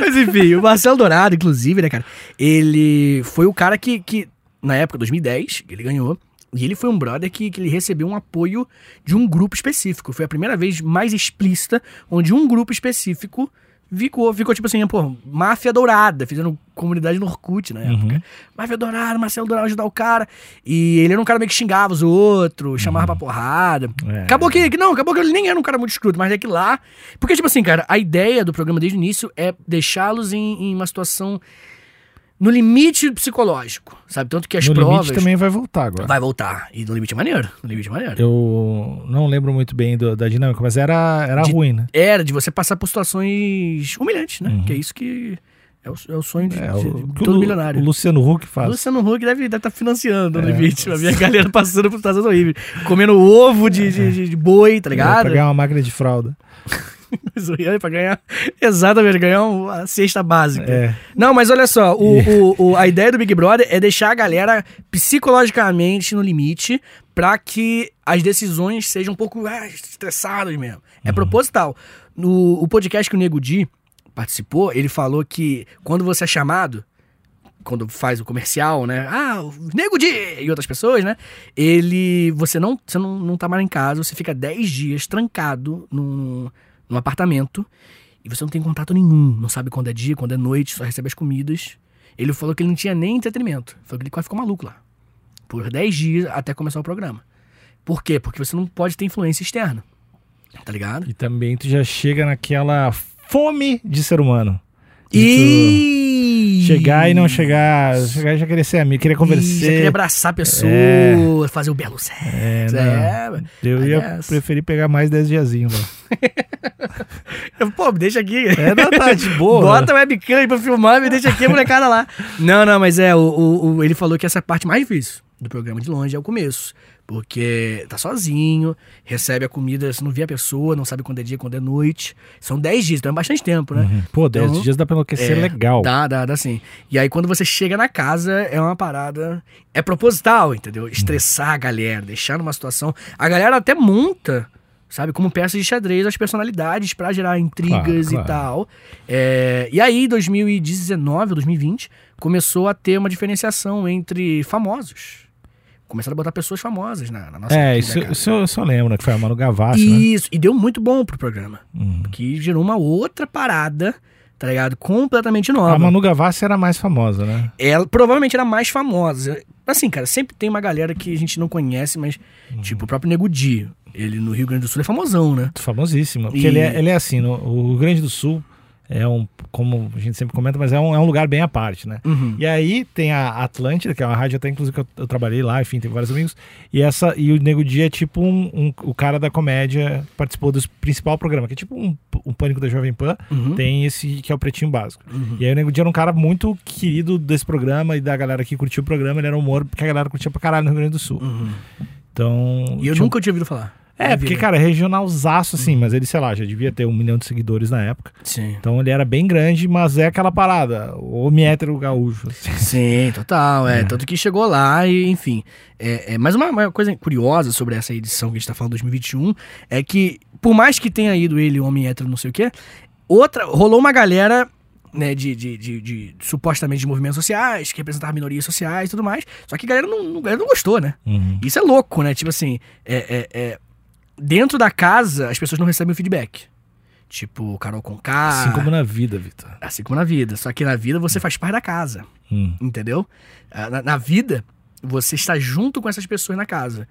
[SPEAKER 3] Mas enfim, o Marcelo Dourado, inclusive, né, cara? Ele foi o cara que, que na época, 2010, ele ganhou. E ele foi um brother que, que ele recebeu um apoio de um grupo específico. Foi a primeira vez mais explícita onde um grupo específico ficou, ficou tipo assim, pô, máfia dourada. Fizeram comunidade no Orkut
[SPEAKER 2] Hum.
[SPEAKER 3] na época.
[SPEAKER 2] Uhum.
[SPEAKER 3] Máfia dourada, Marcelo Dourado ajudar o cara. E ele era um cara meio que xingava os outros, chamava pra porrada.
[SPEAKER 2] É.
[SPEAKER 3] Acabou que, que não, acabou que ele nem era um cara muito escroto, mas é que lá. Porque, tipo assim, cara, a ideia do programa desde o início é deixá-los em, em uma situação no limite psicológico, sabe? Tanto que as
[SPEAKER 2] no
[SPEAKER 3] provas.
[SPEAKER 2] limite também vai voltar agora.
[SPEAKER 3] Vai voltar. E no limite é maneiro. No limite é maneiro.
[SPEAKER 2] Eu não lembro muito bem do- da dinâmica, mas era, era
[SPEAKER 3] De-
[SPEAKER 2] ruim, né?
[SPEAKER 3] Era de você passar por situações humilhantes, né?
[SPEAKER 2] Uhum.
[SPEAKER 3] Que é isso que é o, é o sonho de,
[SPEAKER 2] É,
[SPEAKER 3] de-
[SPEAKER 2] o,
[SPEAKER 3] de
[SPEAKER 2] que o
[SPEAKER 3] todo
[SPEAKER 2] Lu-
[SPEAKER 3] milionário.
[SPEAKER 2] o Luciano Huck
[SPEAKER 3] O
[SPEAKER 2] faz.
[SPEAKER 3] Luciano Huck deve estar financiando no
[SPEAKER 2] É.
[SPEAKER 3] limite. A minha [laughs] galera passando por situações horríveis. Comendo ovo de, de, de- de boi, tá
[SPEAKER 2] É, Pra
[SPEAKER 3] ligado?
[SPEAKER 2] ganhar uma máquina de fralda.
[SPEAKER 3] Zoiando pra ganhar. [laughs] Exatamente, ganhar uma cesta básica.
[SPEAKER 2] É.
[SPEAKER 3] Não, mas olha só, o, o- o- a ideia do Big Brother é deixar a galera psicologicamente no limite pra que as decisões sejam um pouco ah, estressadas mesmo. É proposital. No o podcast que o Nego Di participou, ele falou que quando você é chamado, quando faz o comercial, né? Ah, o Nego Di e outras pessoas, né? Ele. Você não, você não, não tá mais em casa, você fica 10 dias trancado num, num apartamento e você não tem contato nenhum, não sabe quando é dia, quando é noite, só recebe as comidas. Ele falou que ele não tinha nem entretenimento. Falou que ele quase ficou maluco lá. Por 10 dias até começar o programa. Por quê? Porque você não pode ter influência externa. Tá ligado?
[SPEAKER 2] E também tu já chega naquela fome de ser humano. De
[SPEAKER 3] E.
[SPEAKER 2] tu Chegar e não chegar. Chegar e já querer ser amigo, querer
[SPEAKER 3] Ih, já queria
[SPEAKER 2] conversar.
[SPEAKER 3] abraçar a pessoa, fazer o belo sexo.
[SPEAKER 2] É,
[SPEAKER 3] É,
[SPEAKER 2] não. Eu ia
[SPEAKER 3] aliás.
[SPEAKER 2] preferir pegar mais 10 diazinhos, mano.
[SPEAKER 3] Pô, me deixa aqui.
[SPEAKER 2] É, não, tá de boa.
[SPEAKER 3] [laughs] Bota a webcam aí pra filmar e me deixa aqui a molecada lá. Não, não, mas é, o, o- o- ele falou que essa é a parte mais difícil do programa de longe é o começo. Porque tá sozinho, recebe a comida, você não vê a pessoa, não sabe quando é dia, quando é noite. São 10 dias, então é bastante tempo, né?
[SPEAKER 2] Uhum. Pô, 10
[SPEAKER 3] Então,
[SPEAKER 2] dias dá pra enlouquecer
[SPEAKER 3] é,
[SPEAKER 2] legal.
[SPEAKER 3] Dá, dá, dá sim. E aí quando você chega na casa, é uma parada. É proposital, entendeu?
[SPEAKER 2] Hum.
[SPEAKER 3] Estressar a galera, deixar numa situação. A galera até monta, sabe, como peças de xadrez as personalidades pra gerar
[SPEAKER 2] Claro,
[SPEAKER 3] intrigas e
[SPEAKER 2] claro.
[SPEAKER 3] tal. É, E aí, 2019 ou 2020, começou a ter uma diferenciação entre famosos. Começaram a botar pessoas famosas na, na nossa
[SPEAKER 2] é,
[SPEAKER 3] vida,
[SPEAKER 2] isso,
[SPEAKER 3] cara.
[SPEAKER 2] isso eu só lembro, né? Que foi a Manu Gavassi, né?
[SPEAKER 3] Isso, e deu muito bom pro programa.
[SPEAKER 2] Uhum.
[SPEAKER 3] Que gerou uma outra parada, tá ligado? Completamente nova.
[SPEAKER 2] A Manu Gavassi era a mais famosa, né?
[SPEAKER 3] Ela provavelmente era a mais famosa. Assim, cara, sempre tem uma galera que a gente não conhece, mas,
[SPEAKER 2] Uhum.
[SPEAKER 3] tipo, o próprio Nego Di. Ele no Rio Grande do Sul é famosão, né?
[SPEAKER 2] Famosíssima. Porque
[SPEAKER 3] E-
[SPEAKER 2] ele, é, ele é assim, no, o Rio Grande do Sul é um, como a gente sempre comenta, mas é um, é um lugar bem à parte, né? E aí tem a Atlântida, que é uma rádio até inclusive que eu, eu trabalhei lá, enfim, tem vários amigos. E essa e o Nego Dia é tipo um, um- o cara da comédia participou do principal programa, que é tipo um, um pânico da Jovem Pan,
[SPEAKER 3] Uhum.
[SPEAKER 2] tem esse que é o Pretinho Básico. E aí o Nego Dia era um cara muito querido desse programa e da galera que curtiu o programa, ele era um humor que a galera curtia pra caralho no Rio Grande do Sul.
[SPEAKER 3] Uhum.
[SPEAKER 2] Então,
[SPEAKER 3] E eu
[SPEAKER 2] tinha um-
[SPEAKER 3] nunca né? tinha ouvido falar.
[SPEAKER 2] é,
[SPEAKER 3] Na
[SPEAKER 2] porque,
[SPEAKER 3] vida.
[SPEAKER 2] cara, é regionalzaço, assim,
[SPEAKER 3] Uhum.
[SPEAKER 2] mas ele, sei lá, já devia ter um milhão de seguidores na época.
[SPEAKER 3] Sim.
[SPEAKER 2] Então ele era bem grande, mas é aquela parada, o homem hétero gaúcho. assim.
[SPEAKER 3] Sim, total. É, Tanto que chegou lá e, enfim. É, é, mas uma, uma coisa curiosa sobre essa edição que a gente tá falando 2021 é que, por mais que tenha ido ele, homem hétero, não sei o quê, outra. Rolou uma galera. Né, de, de, de, de- supostamente de movimentos sociais, que representava minorias sociais e tudo mais. Só que a galera não, não, a galera não gostou, né? Isso é louco, né? Tipo assim, é, é- é- dentro da casa as pessoas não recebem o feedback. Tipo, Carol Conká.
[SPEAKER 2] Assim como na vida, Vitor.
[SPEAKER 3] assim como na vida. Só que na vida você faz parte da casa,
[SPEAKER 2] Hum.
[SPEAKER 3] entendeu? Ah, Na, na vida, você está junto com essas pessoas na casa.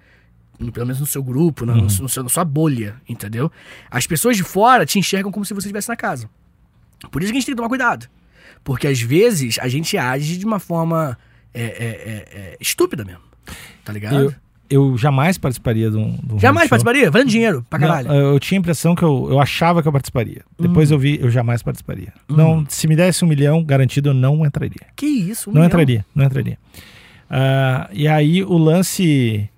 [SPEAKER 3] No- Pelo menos no seu grupo, na, no
[SPEAKER 2] Uhum.
[SPEAKER 3] seu- no seu- na sua bolha, entendeu? As pessoas de fora te enxergam como se você estivesse na casa. Por isso que a gente tem que tomar cuidado. Porque às vezes a gente age de uma forma é, é, é, é, estúpida mesmo. Tá ligado?
[SPEAKER 2] Eu, eu jamais participaria de um. de um
[SPEAKER 3] Jamais
[SPEAKER 2] reality show.
[SPEAKER 3] participaria? Valendo dinheiro, pra caralho. Hum.
[SPEAKER 2] Não, é. eu tinha a impressão que eu, eu achava que eu participaria. Depois eu vi, eu jamais participaria. Não, se me desse um milhão, garantido, eu não entraria.
[SPEAKER 3] que isso, um
[SPEAKER 2] não
[SPEAKER 3] milhão.
[SPEAKER 2] entraria, não entraria. Ah, e aí o lance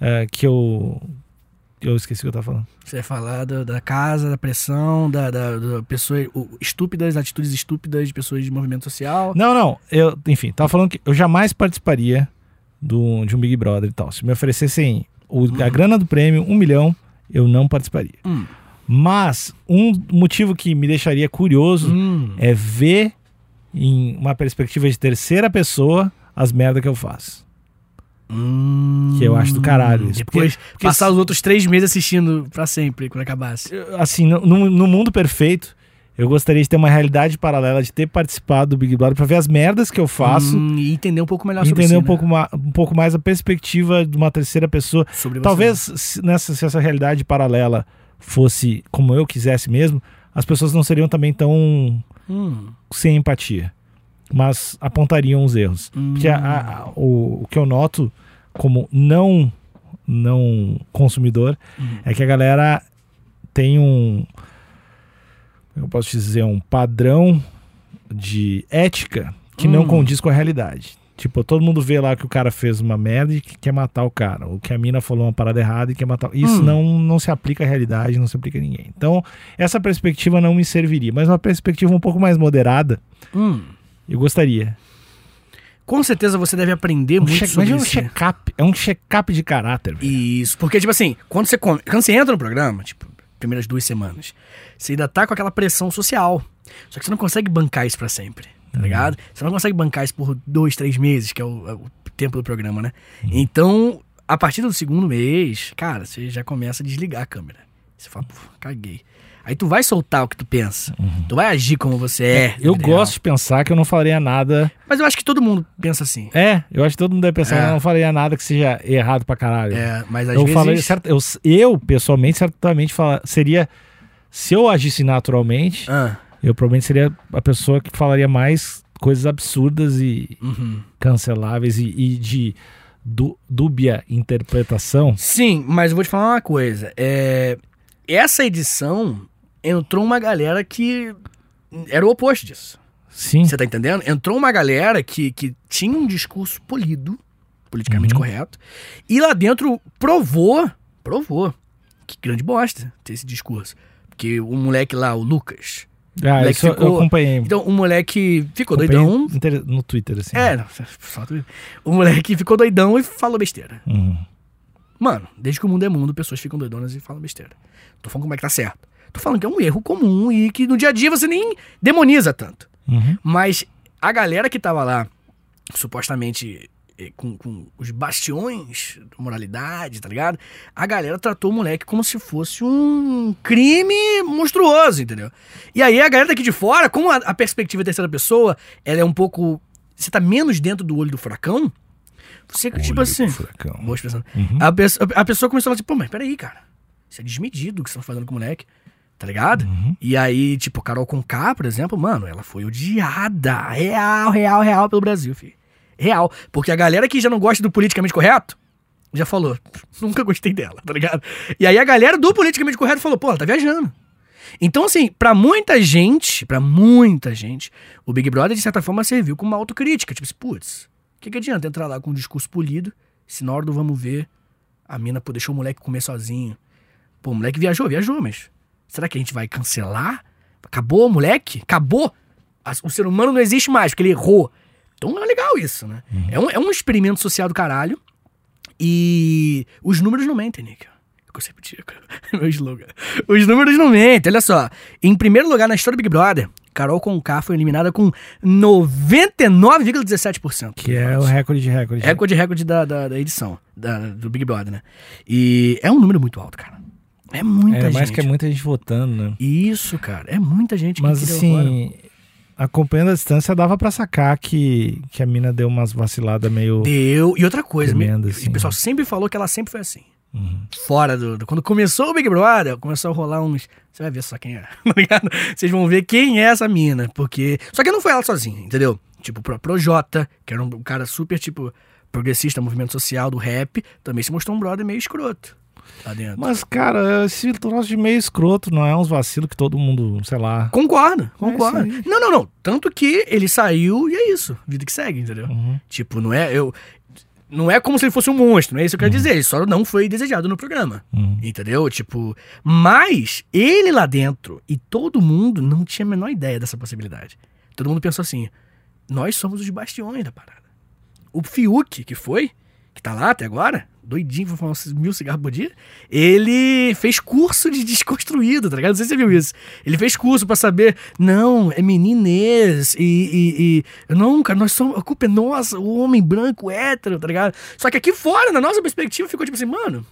[SPEAKER 2] ah, que eu. Eu esqueci o que eu tava falando.
[SPEAKER 3] Você ia falar do- da casa, da pressão, da, da, da pessoa o- estúpidas, atitudes estúpidas de pessoas de movimento social.
[SPEAKER 2] Não, não. Eu, enfim, tava falando que eu jamais participaria do, de um Big Brother e tal. Se me oferecessem o- a grana do prêmio, um milhão, eu não participaria.
[SPEAKER 3] Uhum. Hum.
[SPEAKER 2] Mas um motivo que me deixaria curioso
[SPEAKER 3] Hum.
[SPEAKER 2] é ver em uma perspectiva de terceira pessoa as merdas que eu faço. Que eu acho do caralho isso.
[SPEAKER 3] Hum. Depois
[SPEAKER 2] porque
[SPEAKER 3] é passar
[SPEAKER 2] se-
[SPEAKER 3] os outros três meses assistindo pra sempre, quando acabasse.
[SPEAKER 2] Eu, Assim, no, no- no mundo perfeito, eu gostaria de ter uma realidade paralela, de ter participado do Big Brother pra ver as merdas que eu faço.
[SPEAKER 3] Hum, e entender um pouco melhor sobre
[SPEAKER 2] Entender
[SPEAKER 3] si,
[SPEAKER 2] um
[SPEAKER 3] né?
[SPEAKER 2] pouco, ma- um pouco mais a perspectiva de uma terceira pessoa.
[SPEAKER 3] sobre você.
[SPEAKER 2] Talvez se, nessa, se essa realidade paralela fosse como eu quisesse mesmo, as pessoas não seriam também tão
[SPEAKER 3] Hum.
[SPEAKER 2] sem empatia. mas apontariam os erros. Porque a- a- a- o, o que eu noto como não não consumidor
[SPEAKER 3] Uhum.
[SPEAKER 2] é que a galera tem um eu posso te dizer um padrão de ética que não
[SPEAKER 3] Hum.
[SPEAKER 2] condiz com a realidade. Tipo, todo mundo vê lá que o cara fez uma merda e que quer matar o cara. Ou que a mina falou uma parada errada e quer matar. Isso
[SPEAKER 3] Hum.
[SPEAKER 2] não, não se aplica à realidade, não se aplica a ninguém. Então, essa perspectiva não me serviria. Mas uma perspectiva um pouco mais moderada,
[SPEAKER 3] Hum.
[SPEAKER 2] eu gostaria.
[SPEAKER 3] Com certeza você deve aprender
[SPEAKER 2] Um
[SPEAKER 3] muito
[SPEAKER 2] check-
[SPEAKER 3] sobre
[SPEAKER 2] imagina um
[SPEAKER 3] isso. né?
[SPEAKER 2] check-up. É um check-up de caráter, velho.
[SPEAKER 3] Isso, porque, tipo assim, quando você, come, quando você entra no programa, tipo, primeiras duas semanas, você ainda tá com aquela pressão social. Só que você não consegue bancar isso pra sempre,
[SPEAKER 2] Uhum.
[SPEAKER 3] tá ligado? Você não consegue bancar isso por dois, três meses, que é o, é o tempo do programa, né?
[SPEAKER 2] Uhum.
[SPEAKER 3] Então, a partir do segundo mês, cara, você já começa a desligar a câmera. Você fala, pô, caguei. Aí tu vai soltar o que tu pensa. Tu vai agir como você é.
[SPEAKER 2] Uhum. eu
[SPEAKER 3] entendeu?
[SPEAKER 2] gosto de pensar que eu não faria nada.
[SPEAKER 3] Mas eu acho que todo mundo pensa assim.
[SPEAKER 2] É, eu acho que todo mundo deve pensar
[SPEAKER 3] É.
[SPEAKER 2] que eu não faria nada que seja errado pra caralho.
[SPEAKER 3] É, mas às
[SPEAKER 2] eu
[SPEAKER 3] vezes...
[SPEAKER 2] falei, certo, eu, eu, pessoalmente, certamente fala, seria. Se eu agisse naturalmente,
[SPEAKER 3] Ah,
[SPEAKER 2] eu provavelmente seria a pessoa que falaria mais coisas absurdas e
[SPEAKER 3] uhum.
[SPEAKER 2] canceláveis e, e de du- dúbia interpretação.
[SPEAKER 3] Sim, mas eu vou te falar uma coisa. É, Essa edição entrou uma galera que era o oposto disso.
[SPEAKER 2] Sim.
[SPEAKER 3] Você tá entendendo? Entrou uma galera que, que tinha um discurso polido, politicamente
[SPEAKER 2] Uhum.
[SPEAKER 3] correto, e lá dentro provou, provou, que grande bosta ter esse discurso. Porque o moleque lá, o Lucas.
[SPEAKER 2] Ah,
[SPEAKER 3] Moleque
[SPEAKER 2] isso eu- eu
[SPEAKER 3] ficou-
[SPEAKER 2] acompanhei.
[SPEAKER 3] Então, o moleque ficou
[SPEAKER 2] acompanhei
[SPEAKER 3] doidão.
[SPEAKER 2] inter- No Twitter, assim.
[SPEAKER 3] É, [laughs] não, só tu- o moleque ficou doidão e falou besteira.
[SPEAKER 2] Uhum.
[SPEAKER 3] Mano, desde que o mundo é mundo, pessoas ficam doidonas e falam besteira. Tô falando como é que tá certo. Tô falando que é um erro comum e que no dia a dia você nem demoniza tanto.
[SPEAKER 2] Uhum.
[SPEAKER 3] Mas a galera que tava lá, supostamente eh, com, com os bastiões da moralidade, tá ligado? A galera tratou o moleque como se fosse um crime monstruoso, entendeu? E aí a galera daqui de fora, como a, a perspectiva da terceira pessoa, ela é um pouco. Você tá menos dentro do olho do furacão? Você, tipo
[SPEAKER 2] Olho
[SPEAKER 3] assim.
[SPEAKER 2] do furacão.
[SPEAKER 3] Boa expressão.
[SPEAKER 2] Uhum.
[SPEAKER 3] A, pesso- a pessoa começou a falar assim, pô, mas peraí, cara. Isso é desmedido o que vocês estão fazendo com o moleque. Tá ligado?
[SPEAKER 2] Uhum.
[SPEAKER 3] E aí, tipo, Carol Conká, por exemplo, mano, ela foi odiada. Real, real, real pelo Brasil, filho. Real. Porque a galera que já não gosta do politicamente correto, já falou, nunca gostei dela, tá ligado? E aí a galera do politicamente correto falou, pô, ela tá viajando. Então, assim, pra muita gente, pra muita gente, o Big Brother, de certa forma, serviu como uma autocrítica. Tipo assim, putz, o que, que adianta entrar lá com um discurso polido, se na hora do vamos ver, a mina pô, deixou o moleque comer sozinho. Pô, o moleque viajou, viajou, mas será que a gente vai cancelar? Acabou o moleque? Acabou? As- O ser humano não existe mais, porque ele errou. Então é legal isso, né?
[SPEAKER 2] Uhum.
[SPEAKER 3] É, um, é um experimento social do caralho. E os números não mentem, Níquel. É o que Eu sempre digo. [laughs] Meu slogan. Os números não mentem, olha só. Em primeiro lugar na história do Big Brother, Carol Conká foi eliminada com 99,17%.
[SPEAKER 2] Que é o recorde de recorde.
[SPEAKER 3] Recorde, recorde da, da, da edição, da- do Big Brother, né? E é um número muito alto, cara. É muita
[SPEAKER 2] É,
[SPEAKER 3] gente.
[SPEAKER 2] mais que é muita gente votando, né?
[SPEAKER 3] Isso, cara. É muita gente
[SPEAKER 2] Mas
[SPEAKER 3] que queria agora.
[SPEAKER 2] assim, acompanhando a distância, dava pra sacar que, que a mina deu umas vaciladas meio.
[SPEAKER 3] Deu. E outra coisa, me-
[SPEAKER 2] Tremendo,
[SPEAKER 3] e
[SPEAKER 2] assim, Uhum.
[SPEAKER 3] o pessoal sempre falou que ela sempre foi assim. Fora do, do- Quando começou o Big Brother, começou a rolar uns. Você vai ver só quem é. [laughs] tá ligado? Vocês vão ver quem é essa mina. Porque. Só que não foi ela sozinha, entendeu? Tipo, pro Projota, que era um um cara super, tipo, progressista, movimento social do rap, também se mostrou um brother meio escroto. Lá dentro.
[SPEAKER 2] Mas, cara, esse troço de meio escroto não é uns vacilos que todo mundo, sei lá.
[SPEAKER 3] Concordo, concordo.
[SPEAKER 2] É isso aí.
[SPEAKER 3] não, não, não. Tanto que ele saiu e é isso. Vida que segue, entendeu?
[SPEAKER 2] Uhum.
[SPEAKER 3] Tipo, não é. Eu, não é como se ele fosse um monstro, não é isso que eu quero dizer. Ele só não foi desejado no programa.
[SPEAKER 2] Uhum.
[SPEAKER 3] Entendeu? Tipo. Mas ele lá dentro e todo mundo não tinha a menor ideia dessa possibilidade. Todo mundo pensou assim: nós somos os bastiões da parada. O Fiuk, que foi, que tá lá até agora, doidinho, foi fumar uns mil cigarros por dia, ele fez curso de desconstruído, tá ligado? Não sei se você viu isso. Ele fez curso pra saber, não, é meninês, e, e, e não, cara, nós somos, a culpa é nossa, o homem branco, hétero, tá ligado? Só que aqui fora, na nossa perspectiva, ficou tipo assim, mano,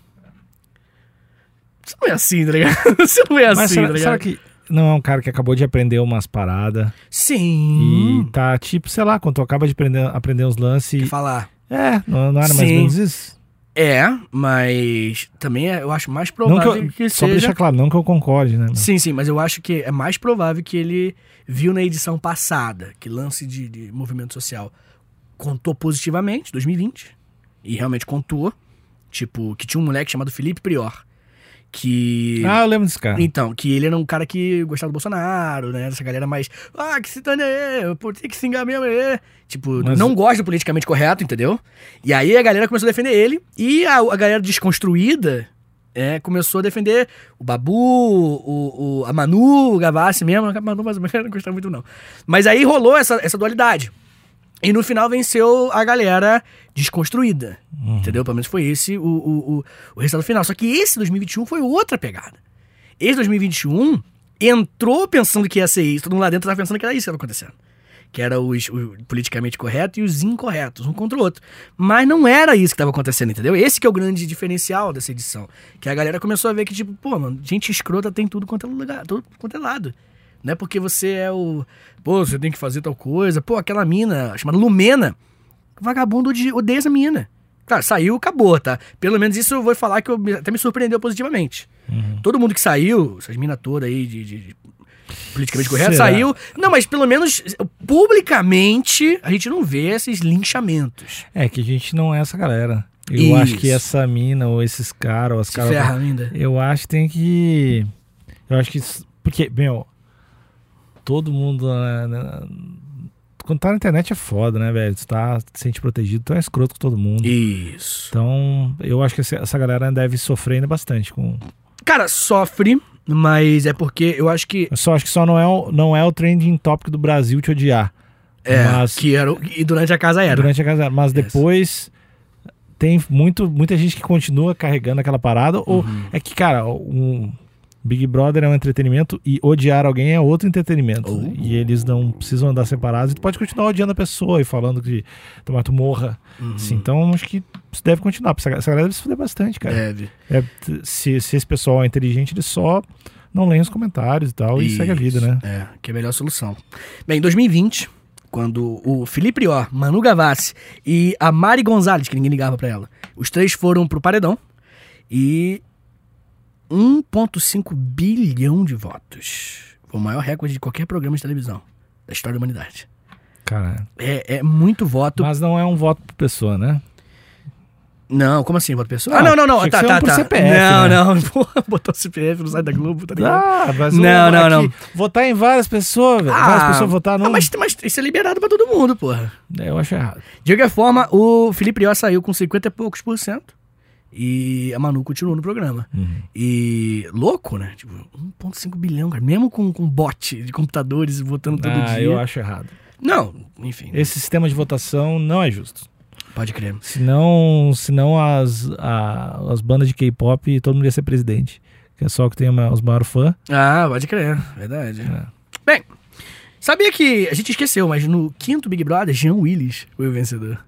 [SPEAKER 3] você não é assim, tá ligado? [laughs] Você não é assim,
[SPEAKER 2] Mas
[SPEAKER 3] tá
[SPEAKER 2] será,
[SPEAKER 3] ligado?
[SPEAKER 2] será que não é um cara que acabou de aprender umas paradas
[SPEAKER 3] Sim,
[SPEAKER 2] e tá tipo, sei lá, quando tu acaba de aprender, aprender uns lances.
[SPEAKER 3] quer
[SPEAKER 2] e-
[SPEAKER 3] falar.
[SPEAKER 2] É, não, não era mais
[SPEAKER 3] Sim.
[SPEAKER 2] ou menos isso?
[SPEAKER 3] É, mas também é- eu acho mais
[SPEAKER 2] Não que
[SPEAKER 3] provável
[SPEAKER 2] eu-
[SPEAKER 3] que,
[SPEAKER 2] só pra
[SPEAKER 3] seja.
[SPEAKER 2] deixar claro, não que eu concorde, né? meu?
[SPEAKER 3] Sim, sim, mas eu acho que é mais provável que ele viu na edição passada que lance de, de movimento social contou positivamente, 2020, e realmente contou. Tipo, que tinha um moleque chamado Felipe Prior, que.
[SPEAKER 2] Ah, eu lembro desse cara.
[SPEAKER 3] Então, que ele era um cara que gostava do Bolsonaro, né? Essa galera mais. Ah, que se dane aí, pô, tem que se enganar mesmo aí. Tipo,
[SPEAKER 2] Mas-
[SPEAKER 3] não gosta do politicamente correto, entendeu? E aí a galera começou a defender ele. E a, a galera desconstruída é, começou a defender o Babu, o, o- a Manu, o Gavassi mesmo. A Manu mais ou menos [laughs] não gostava muito, não. Mas aí rolou essa, essa dualidade. E no final venceu a galera desconstruída.
[SPEAKER 2] Uhum.
[SPEAKER 3] Entendeu? Pelo menos foi esse o, o, o, o resultado final. Só que esse 2021 foi outra pegada. Esse 2021 entrou pensando que ia ser isso. Todo mundo lá dentro tava pensando que era isso que estava acontecendo. Que era os, o politicamente correto e os incorretos, um contra o outro. Mas não era isso que estava acontecendo, entendeu? Esse que é o grande diferencial dessa edição. Que a galera começou a ver que, tipo, pô, mano, gente escrota tem tudo quanto é lugar, tudo quanto é lado. Não é porque você é o. Pô, você tem que fazer tal coisa. Pô, aquela mina chamada Lumena. Vagabundo odi- odeia essa mina. Claro, saiu, acabou, tá? Pelo menos isso eu vou falar que eu, me- até me surpreendeu positivamente.
[SPEAKER 2] Uhum.
[SPEAKER 3] Todo mundo que saiu, essas minas todas aí de, de- de politicamente correto,
[SPEAKER 2] Será?
[SPEAKER 3] saiu. Não, mas pelo menos eh, publicamente a gente não vê esses linchamentos.
[SPEAKER 2] É que a gente não é essa galera. Eu
[SPEAKER 3] Isso.
[SPEAKER 2] acho que essa mina, ou esses caras, ou as
[SPEAKER 3] Se
[SPEAKER 2] caras.
[SPEAKER 3] ferra ainda.
[SPEAKER 2] Eu acho que tem que. Eu acho que. isso- Porque, meu. Todo mundo. né, né, quando tá na internet é foda, né, velho? Tu tá, tu te sente protegido, tu é escroto com todo mundo.
[SPEAKER 3] Isso.
[SPEAKER 2] Então, eu acho que essa, essa galera deve sofrer ainda bastante. Com...
[SPEAKER 3] Cara, sofre, mas é porque eu acho que.
[SPEAKER 2] Eu só acho que só não é, o, não é o trending topic do Brasil te odiar.
[SPEAKER 3] É,
[SPEAKER 2] Mas-
[SPEAKER 3] que era. o- E durante a casa era.
[SPEAKER 2] Durante a casa. Mas
[SPEAKER 3] Yes.
[SPEAKER 2] depois tem muito, muita gente que continua carregando aquela parada. Ou
[SPEAKER 3] Uhum.
[SPEAKER 2] é que, cara, um Big Brother é um entretenimento e odiar alguém é outro entretenimento.
[SPEAKER 3] Oh.
[SPEAKER 2] E eles não precisam andar separados. E tu pode continuar odiando a pessoa e falando que tomar tu morra.
[SPEAKER 3] Uhum.
[SPEAKER 2] Assim, então acho que isso deve continuar. porque Essa essa galera deve se fuder bastante, cara.
[SPEAKER 3] Deve.
[SPEAKER 2] É, t- se, se esse pessoal é inteligente, eles só não leem os comentários e tal e segue a vida, né?
[SPEAKER 3] É, que é a melhor solução. Bem, em 2020, quando o Felipe Rior, Manu Gavassi e a Mari Gonzalez, que ninguém ligava pra ela, os três foram pro paredão e 1,5 bilhão de votos. Foi o maior recorde de qualquer programa de televisão da história da humanidade.
[SPEAKER 2] Cara,
[SPEAKER 3] É, é muito voto.
[SPEAKER 2] mas não é um voto por pessoa, né?
[SPEAKER 3] Não, como assim, voto pessoal?
[SPEAKER 2] Ah,
[SPEAKER 3] Ah, não, não, não.
[SPEAKER 2] tinha que
[SPEAKER 3] Tá,
[SPEAKER 2] ser um
[SPEAKER 3] tá,
[SPEAKER 2] por
[SPEAKER 3] tá.
[SPEAKER 2] CPF, né?
[SPEAKER 3] não, não. [laughs] Porra, botar o CPF no site da Globo, tá ligado?
[SPEAKER 2] Ah, mas
[SPEAKER 3] Não,
[SPEAKER 2] o-
[SPEAKER 3] não,
[SPEAKER 2] aqui, Votar em várias pessoas, velho. várias
[SPEAKER 3] Ah,
[SPEAKER 2] pessoas votar num.
[SPEAKER 3] Ah, mas, mas isso é liberado pra todo mundo, porra.
[SPEAKER 2] É, Eu acho errado.
[SPEAKER 3] De qualquer forma, o Felipe Rió saiu com 50 e poucos por cento. E a Manu continuou no programa. E louco, né? Tipo, 1,5 bilhão, cara. Mesmo com, com bot de computadores votando todo
[SPEAKER 2] ah,
[SPEAKER 3] dia.
[SPEAKER 2] eu acho errado.
[SPEAKER 3] Não, enfim,
[SPEAKER 2] Esse sistema de votação não é justo.
[SPEAKER 3] pode crer.
[SPEAKER 2] Senão, senão as, a- as bandas de K-pop, todo mundo ia ser presidente. Que é só o que tem ma- os maiores fãs.
[SPEAKER 3] Ah, pode crer, verdade.
[SPEAKER 2] É.
[SPEAKER 3] Bem, sabia que a gente esqueceu, mas no quinto Big Brother, Jean Willis foi o vencedor.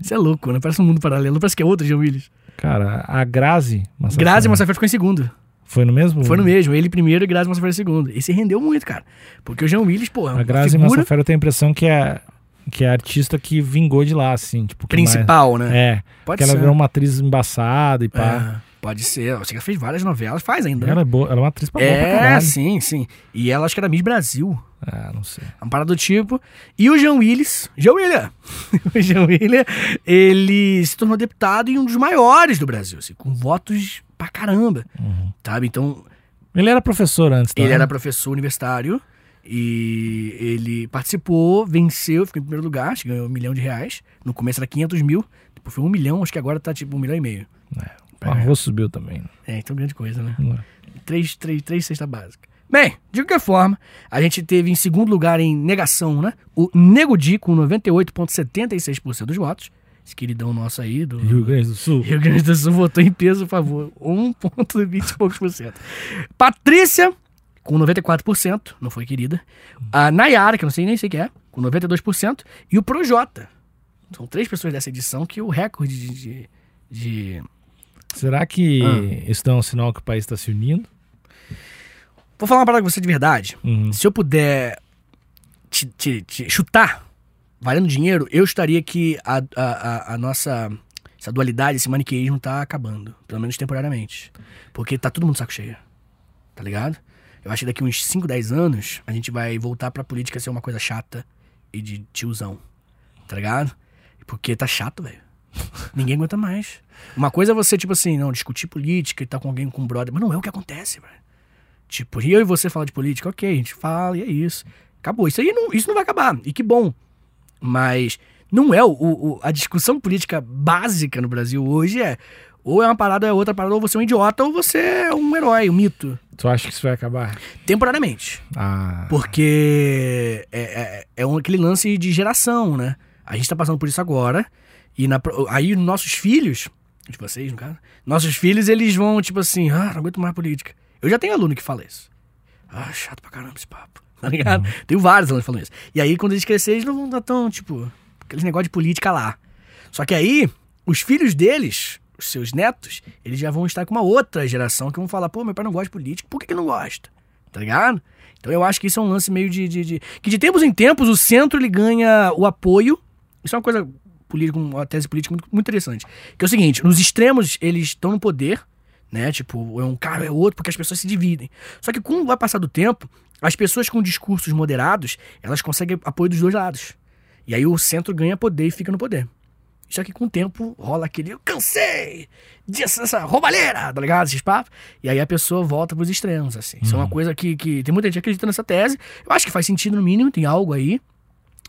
[SPEAKER 3] Isso é louco, né? Parece um mundo paralelo. Parece que é outro Jean Willis.
[SPEAKER 2] Cara, a Grazi Massafera
[SPEAKER 3] Grazi Massafé ficou em segundo.
[SPEAKER 2] Foi no mesmo?
[SPEAKER 3] Foi no mesmo, ele primeiro e Grazi Massafera segundo. Esse rendeu muito, cara. Porque o Jean Willis, pô, é uma
[SPEAKER 2] A Grazi
[SPEAKER 3] figura
[SPEAKER 2] Massafera eu tenho a impressão que é, que é a artista que vingou de lá, assim. Tipo, que mais-
[SPEAKER 3] principal, né?
[SPEAKER 2] É.
[SPEAKER 3] Pode
[SPEAKER 2] que ela
[SPEAKER 3] ser.
[SPEAKER 2] virou uma atriz embaçada e pá.
[SPEAKER 3] É, pode ser. Você que fez várias novelas, faz ainda, né?
[SPEAKER 2] Ela é boa, ela é uma atriz pra boa pra
[SPEAKER 3] É,
[SPEAKER 2] caralho.
[SPEAKER 3] sim, sim. E ela acho que era Miss Brasil.
[SPEAKER 2] Ah, não sei.
[SPEAKER 3] Uma parada do tipo. E o Jean Willis. [laughs] Jean William! o Jean William, ele se tornou deputado e um dos maiores do Brasil, assim, com votos pra caramba.
[SPEAKER 2] Uhum.
[SPEAKER 3] Sabe? Então,
[SPEAKER 2] Ele era professor antes, tá?
[SPEAKER 3] Ele era professor universitário e ele participou, venceu, ficou em primeiro lugar, acho que ganhou um milhão de reais. No começo era 500 mil, depois foi um milhão, acho que agora tá tipo um milhão e meio.
[SPEAKER 2] O arroz subiu também. né?
[SPEAKER 3] É, então grande coisa, né?
[SPEAKER 2] Não é.
[SPEAKER 3] Três, três, três cesta básica. Bem, de qualquer forma, a gente teve em segundo lugar em negação, né? O Nego Di com 98,76% dos votos. Esse queridão nosso aí do...
[SPEAKER 2] Rio Grande do Sul.
[SPEAKER 3] [laughs] Rio Grande do Sul votou em peso a favor. 1,20 e poucos por cento. Patrícia, com 94%, não foi querida. A Nayara, que eu não sei nem sei o que é, com 92%. E o Projota. São três pessoas dessa edição que o recorde de. de, de-
[SPEAKER 2] Será que
[SPEAKER 3] Ah.
[SPEAKER 2] isso dá um sinal que o país está se unindo?
[SPEAKER 3] Vou falar uma parada com você de verdade.
[SPEAKER 2] Uhum.
[SPEAKER 3] Se eu puder te, te- te chutar, valendo dinheiro, eu estaria que a, a, a- a nossa. Essa dualidade, esse maniqueísmo tá acabando. Pelo menos temporariamente. Porque tá todo mundo de saco cheio. Tá ligado? Eu acho que daqui uns 5, 10 anos, a gente vai voltar pra política ser uma coisa chata e de tiozão. Tá ligado? Porque tá chato, velho. [laughs] Ninguém aguenta mais. Uma coisa é você, tipo assim, não, discutir política e tá com alguém com um brother. Mas não é o que acontece, velho. Tipo, eu e você falar de política, ok, a gente fala e é isso. Acabou. Isso aí não, isso não vai acabar. E que bom. Mas não é o, o- a discussão política básica no Brasil hoje é ou é uma parada, ou é outra parada, ou você é um idiota, ou você é um herói, um mito.
[SPEAKER 2] Tu acha que isso vai acabar?
[SPEAKER 3] Temporariamente.
[SPEAKER 2] Ah.
[SPEAKER 3] Porque é, é, é um, aquele lance de geração, né? A gente tá passando por isso agora. E na pro- aí nossos filhos, de vocês, no caso, nossos filhos, eles vão, tipo assim, ah, não aguento mais política. Eu já tenho aluno que fala isso. Ah, chato pra caramba esse papo. [laughs] Tá ligado? Tenho vários alunos falando isso. E aí, quando eles crescerem, eles não vão estar tão, tipo, aquele negócio de política lá. Só que aí, os filhos deles, os seus netos, eles já vão estar com uma outra geração que vão falar, pô, meu pai não gosta de política, por que, que não gosta? Tá ligado? Então eu acho que isso é um lance meio de, de- de- Que de tempos em tempos o centro ele ganha o apoio. Isso é uma coisa política, uma tese política muito, muito interessante. Que é o seguinte, nos extremos eles estão no poder, né? Tipo, é um cara, é outro, porque as pessoas se dividem. Só que com vai passar do tempo, as pessoas com discursos moderados, elas conseguem apoio dos dois lados. E aí o centro ganha poder e fica no poder. Só que com o tempo rola aquele eu cansei dessa dessa roubalheira, tá ligado? Esses papos. E aí a pessoa volta pros extremos, assim. Isso é uma coisa que, que tem muita gente que acredita nessa tese. Eu acho que faz sentido no mínimo, tem algo aí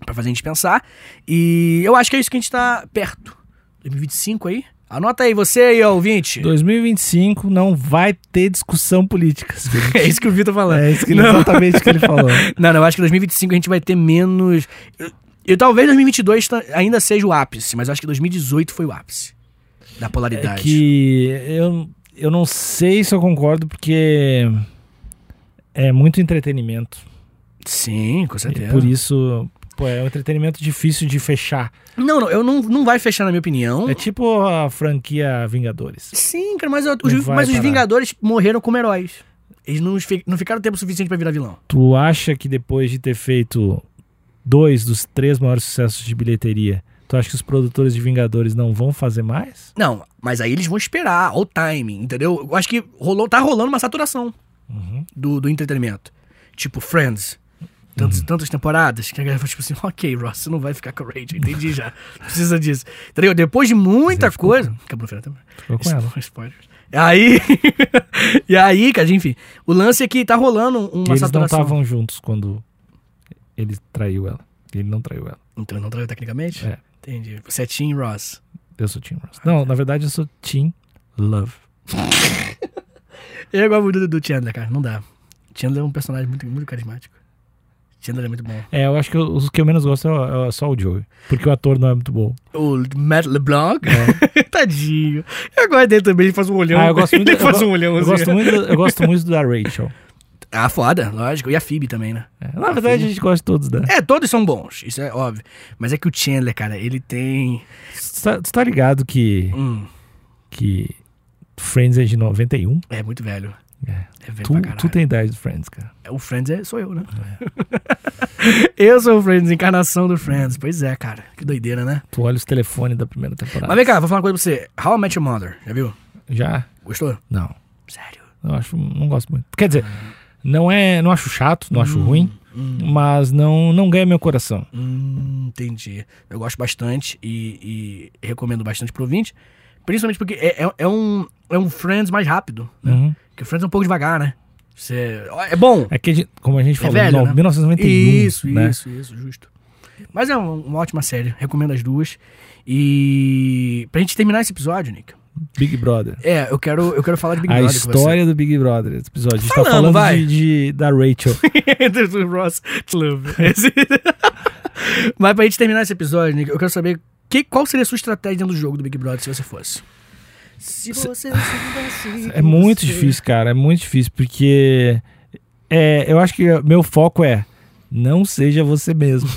[SPEAKER 3] pra fazer a gente pensar. E eu acho que é isso que a gente tá perto. 2025 aí. Anota aí, você aí, ó,
[SPEAKER 2] [laughs]
[SPEAKER 3] ouvinte.
[SPEAKER 2] 2025 não vai ter discussão política.
[SPEAKER 3] É isso que o Vitor
[SPEAKER 2] [laughs]
[SPEAKER 3] falando.
[SPEAKER 2] É isso que ele,
[SPEAKER 3] Não.
[SPEAKER 2] exatamente o [laughs] que ele falou.
[SPEAKER 3] Não, não, eu acho que 2025 a gente vai ter menos. Eu, eu- talvez 2022 ta- ainda seja o ápice, mas eu acho que 2018 foi o ápice da
[SPEAKER 2] É
[SPEAKER 3] polaridade.
[SPEAKER 2] que eu, eu não sei se eu concordo, porque é muito entretenimento.
[SPEAKER 3] Sim, com
[SPEAKER 2] E
[SPEAKER 3] certeza.
[SPEAKER 2] por isso, pô, é um entretenimento difícil de fechar.
[SPEAKER 3] Não, não, eu não, não vai fechar na minha opinião.
[SPEAKER 2] É tipo a franquia Vingadores.
[SPEAKER 3] Sim, cara, mas, eu- os,
[SPEAKER 2] vai
[SPEAKER 3] mas os
[SPEAKER 2] parar.
[SPEAKER 3] Vingadores morreram como heróis. Eles não, fi- não ficaram tempo suficiente pra virar vilão.
[SPEAKER 2] Tu acha que depois de ter feito dois dos três maiores sucessos de bilheteria, tu acha que os produtores de Vingadores não vão fazer mais?
[SPEAKER 3] Não, mas aí eles vão esperar, olha o timing, entendeu? Eu acho que rolou, tá rolando uma saturação
[SPEAKER 2] Uhum,
[SPEAKER 3] do, do entretenimento. Tipo, Friends.
[SPEAKER 2] Uhum.
[SPEAKER 3] Tantas, tantas temporadas que a galera fala, tipo assim, [laughs] ok, Ross, você não vai ficar com a Rachel, entendi já. Não Precisa disso. Entendeu? Depois de muita coisa. Acabou no final também.
[SPEAKER 2] Ficou com ela.
[SPEAKER 3] Spoilers. Aí. [laughs] e aí, cara, enfim. O lance é que tá rolando uma
[SPEAKER 2] eles não
[SPEAKER 3] saturação.
[SPEAKER 2] estavam juntos quando ele traiu ela. Ele não traiu ela.
[SPEAKER 3] Então ele não traiu tecnicamente?
[SPEAKER 2] É.
[SPEAKER 3] Entendi. Você é Team Ross.
[SPEAKER 2] Eu sou Team Ross. Não, na verdade eu sou Team Love.
[SPEAKER 3] Eu gosto muito do, do Chandler, cara. Não dá. Chandler é um personagem muito, muito carismático. Chandler é muito bom.
[SPEAKER 2] É, eu acho que eu- os que eu menos gosto é, o- é só o Joey. Porque o ator não é muito bom.
[SPEAKER 3] O Matt LeBlanc. [laughs] Tadinho. Eu gosto dele também, ele faz um olhão.
[SPEAKER 2] É. Ah, eu
[SPEAKER 3] [laughs]
[SPEAKER 2] gosto muito-
[SPEAKER 3] ele
[SPEAKER 2] eu
[SPEAKER 3] faz
[SPEAKER 2] go-
[SPEAKER 3] um olhão
[SPEAKER 2] Eu
[SPEAKER 3] assim.
[SPEAKER 2] gosto muito, eu gosto muito da Rachel.
[SPEAKER 3] Ah, foda, lógico. E a Phoebe também, né?
[SPEAKER 2] É, na verdade a gente gosta de todos, né?
[SPEAKER 3] É, todos são bons, isso é óbvio. Mas é que o Chandler, cara, ele tem.
[SPEAKER 2] Tu tá, tu tá ligado que,
[SPEAKER 3] Hum,
[SPEAKER 2] que Friends é de 91?
[SPEAKER 3] é muito velho.
[SPEAKER 2] É.
[SPEAKER 3] É velho
[SPEAKER 2] Tu,
[SPEAKER 3] pra caralho.
[SPEAKER 2] tu tem idade do Friends, cara.
[SPEAKER 3] O Friends é, sou eu, né?
[SPEAKER 2] É.
[SPEAKER 3] [laughs] eu sou o Friends, encarnação do Friends. Pois é, cara. Que doideira, né?
[SPEAKER 2] Tu olha os telefones da primeira temporada.
[SPEAKER 3] Mas vem cá, vou falar uma coisa pra você. How I Met Your Mother, já viu?
[SPEAKER 2] Já?
[SPEAKER 3] Gostou?
[SPEAKER 2] Não.
[SPEAKER 3] Sério.
[SPEAKER 2] Eu acho, não gosto muito. Quer dizer, não é, não acho chato, não acho ruim, mas não não ganha meu coração.
[SPEAKER 3] Hum, entendi. Eu gosto bastante e, e recomendo bastante pro ouvinte. Principalmente porque é, é- é um, é um Friends mais rápido, né?
[SPEAKER 2] Uhum.
[SPEAKER 3] Porque o Friends é um pouco devagar, né? Você, ó, é bom.
[SPEAKER 2] É que, a gente- como a gente
[SPEAKER 3] É
[SPEAKER 2] falou,
[SPEAKER 3] velho,
[SPEAKER 2] no-
[SPEAKER 3] né?
[SPEAKER 2] 1991,
[SPEAKER 3] isso,
[SPEAKER 2] né?
[SPEAKER 3] isso, isso, justo. Mas é um- uma ótima série. Recomendo as duas. E pra gente terminar esse episódio, Nick.
[SPEAKER 2] Big Brother.
[SPEAKER 3] É, eu quero, eu quero falar de Big
[SPEAKER 2] a
[SPEAKER 3] Brother
[SPEAKER 2] história do Big Brother, esse episódio. A gente
[SPEAKER 3] Falamos,
[SPEAKER 2] tá falando
[SPEAKER 3] vai.
[SPEAKER 2] de, de- da
[SPEAKER 3] [laughs]
[SPEAKER 2] Rachel. [laughs]
[SPEAKER 3] com você. do Ross Club. Esse- Mas pra gente terminar esse episódio, Nick, eu quero saber que, qual seria a sua estratégia dentro do jogo do Big Brother se você fosse. Se você soubesse.
[SPEAKER 2] é muito difícil, cara. É muito difícil, porque é, eu acho que meu foco é não seja você
[SPEAKER 3] [laughs]
[SPEAKER 2] mesmo.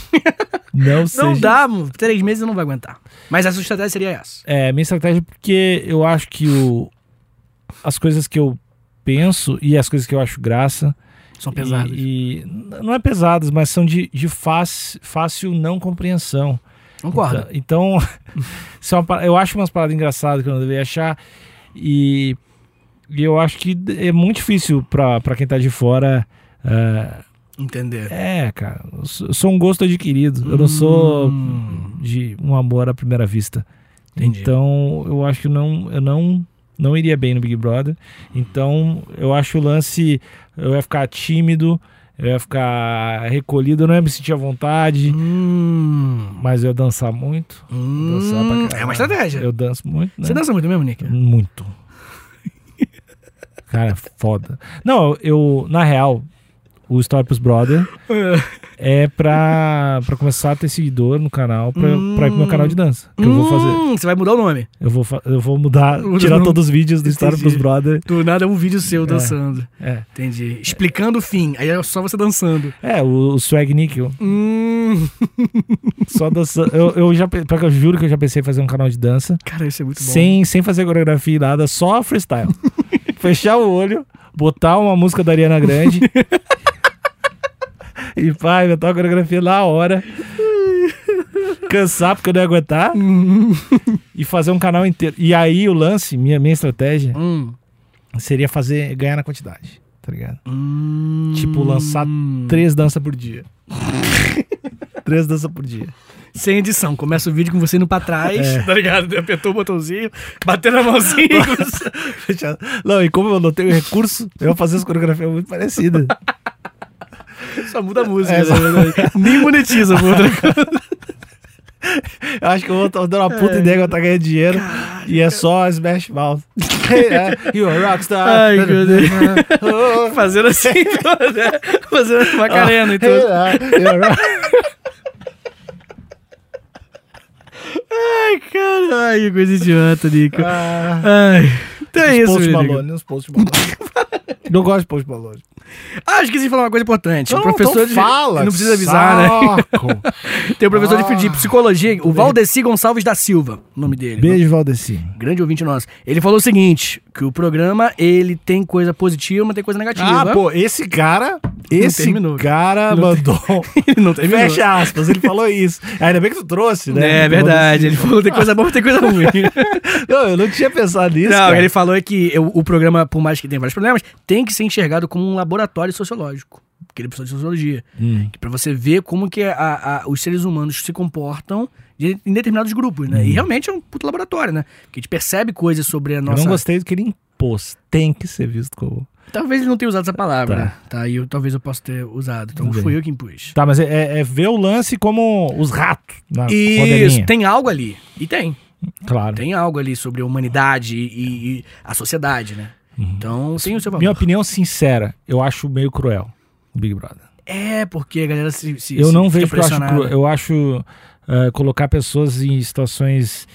[SPEAKER 2] Não seja.
[SPEAKER 3] Não dá, mano. três meses eu não vai aguentar. Mas a sua estratégia seria essa.
[SPEAKER 2] É, minha estratégia porque eu acho que o, as coisas que eu penso e as coisas que eu acho graça.
[SPEAKER 3] São
[SPEAKER 2] e-
[SPEAKER 3] pesadas.
[SPEAKER 2] E, n- não é pesadas, mas são de, de fácil, fácil não compreensão.
[SPEAKER 3] Concordo.
[SPEAKER 2] Então, [laughs] isso é uma par- eu acho umas paradas engraçadas que eu não deveria achar. E, e eu acho que é muito difícil pra, pra quem tá de fora. ah,
[SPEAKER 3] Entender.
[SPEAKER 2] é, cara, eu sou eu sou um gosto adquirido. Eu não sou
[SPEAKER 3] Hum.
[SPEAKER 2] de um amor à primeira vista.
[SPEAKER 3] Entendi.
[SPEAKER 2] Então, eu acho que não, eu não, não iria bem no Big Brother. Então, eu acho o lance. Eu ia ficar tímido, eu ia ficar recolhido, eu não ia me sentir à vontade,
[SPEAKER 3] Hum.
[SPEAKER 2] mas eu ia dançar muito. Dançar pra
[SPEAKER 3] Hum.
[SPEAKER 2] caralho.
[SPEAKER 3] É uma estratégia.
[SPEAKER 2] Eu danço muito, né?
[SPEAKER 3] Você dança muito mesmo, Nick? [laughs]
[SPEAKER 2] Muito. Cara, foda. Não, eu, na real, o Story pros Brother é pra, pra começar a ter seguidor no canal, pra,
[SPEAKER 3] Hum.
[SPEAKER 2] pra ir pro meu canal de dança. Que eu vou fazer.
[SPEAKER 3] Hum, Você vai mudar o nome.
[SPEAKER 2] Eu vou, fa- eu vou mudar,
[SPEAKER 3] Eu
[SPEAKER 2] tirar
[SPEAKER 3] não-
[SPEAKER 2] todos os vídeos do Story
[SPEAKER 3] Entendi.
[SPEAKER 2] pros Brother.
[SPEAKER 3] Do nada é um vídeo seu dançando.
[SPEAKER 2] É,
[SPEAKER 3] Entendi. Explicando o fim. Aí é só você dançando.
[SPEAKER 2] é o, o Swag Nickel.
[SPEAKER 3] Hum. [laughs]
[SPEAKER 2] Só dança. [laughs] eu, eu já. pe- pior que Eu juro que eu já pensei em fazer um canal de dança.
[SPEAKER 3] Cara, isso é muito bom.
[SPEAKER 2] sem, sem fazer coreografia e nada, só freestyle. Fechar o olho, botar uma música da Ariana Grande. e pá, inventar a coreografia na hora. Cansar porque eu não ia aguentar. e fazer um canal inteiro. E aí o lance, minha, minha estratégia,
[SPEAKER 3] Hum.
[SPEAKER 2] seria fazer ganhar na quantidade, tá ligado?
[SPEAKER 3] Hum.
[SPEAKER 2] Tipo, lançar Três danças por dia. Três danças por dia.
[SPEAKER 3] Sem edição. Começa o vídeo com você indo pra trás,
[SPEAKER 2] É.
[SPEAKER 3] tá ligado? Apertou o botãozinho, bateu na mãozinha. [laughs]
[SPEAKER 2] Fechado. Não, e como eu não tenho recurso, eu vou fazer as coreografias muito parecidas.
[SPEAKER 3] só muda a música.
[SPEAKER 2] É,
[SPEAKER 3] né? Nem monetiza, pô. tá
[SPEAKER 2] [laughs] Eu acho que eu vou tá dando uma
[SPEAKER 3] É.
[SPEAKER 2] puta ideia que eu tá ganhando dinheiro. e é só Smash
[SPEAKER 3] [laughs]
[SPEAKER 2] Mouth. é, you're a rockstar.
[SPEAKER 3] Ai, meu Deus. Fazendo assim, [laughs] né? Fazendo
[SPEAKER 2] Ah,
[SPEAKER 3] macarena
[SPEAKER 2] Hey,
[SPEAKER 3] e tudo.
[SPEAKER 2] uh, you're a rock-
[SPEAKER 3] Ai, caralho, que coisa idiota, Nico.
[SPEAKER 2] Ah,
[SPEAKER 3] Ai. Então é isso,
[SPEAKER 2] Post
[SPEAKER 3] meu amigo.
[SPEAKER 2] Malone, uns Post Malone.
[SPEAKER 3] [laughs]
[SPEAKER 2] não gosto de Post Malone.
[SPEAKER 3] Ah, esqueci de falar uma coisa importante. o um professor de.
[SPEAKER 2] então fala,
[SPEAKER 3] não precisa avisar,
[SPEAKER 2] né?
[SPEAKER 3] né? [laughs] Tem o professor de-
[SPEAKER 2] Ah.
[SPEAKER 3] de psicologia, o Valdeci Gonçalves da Silva, o nome dele.
[SPEAKER 2] Beijo, Valdeci.
[SPEAKER 3] Grande ouvinte nosso. Ele falou o seguinte: que o programa ele tem coisa positiva, mas tem coisa negativa.
[SPEAKER 2] Ah, pô, esse cara, esse
[SPEAKER 3] terminou.
[SPEAKER 2] cara
[SPEAKER 3] Não
[SPEAKER 2] mandou...
[SPEAKER 3] Ele [laughs] não terminou.
[SPEAKER 2] [laughs] Fecha aspas, ele falou isso. Ainda bem que tu trouxe, né?
[SPEAKER 3] É, é verdade. Ele falou tem coisa boa, mas tem coisa
[SPEAKER 2] [laughs]
[SPEAKER 3] ruim.
[SPEAKER 2] Não, eu não tinha pensado nisso,
[SPEAKER 3] Não, o
[SPEAKER 2] cara.
[SPEAKER 3] que ele falou é que eu- o programa, por mais que tenha vários problemas, tem que ser enxergado como um laboratório sociológico. Porque ele precisou de sociologia.
[SPEAKER 2] Hum.
[SPEAKER 3] Pra você ver como que a- a- os seres humanos se comportam de- em determinados grupos, né? E realmente é um puto laboratório, né? Que a gente percebe coisas sobre a
[SPEAKER 2] Uhum.
[SPEAKER 3] nossa...
[SPEAKER 2] Eu não gostei do que ele impôs. Tem que ser visto como.
[SPEAKER 3] Talvez ele não tenha usado essa palavra,
[SPEAKER 2] Tá.
[SPEAKER 3] né? tá? E eu, talvez eu possa ter usado. Então
[SPEAKER 2] Tudo bem.
[SPEAKER 3] fui eu que impus.
[SPEAKER 2] Tá, mas é- é, é ver o lance como os ratos na
[SPEAKER 3] Isso,
[SPEAKER 2] rodelinha.
[SPEAKER 3] tem algo ali. E tem.
[SPEAKER 2] Claro.
[SPEAKER 3] Tem algo ali sobre a humanidade e, e a sociedade, né? Então tem o seu
[SPEAKER 2] Uhum. Minha
[SPEAKER 3] valor.
[SPEAKER 2] opinião sincera, eu acho meio cruel o Big Brother.
[SPEAKER 3] É, porque a galera se. se
[SPEAKER 2] eu
[SPEAKER 3] se
[SPEAKER 2] não
[SPEAKER 3] fica
[SPEAKER 2] vejo que eu acho
[SPEAKER 3] pressionada.
[SPEAKER 2] cruel. Eu acho eh, colocar pessoas em situações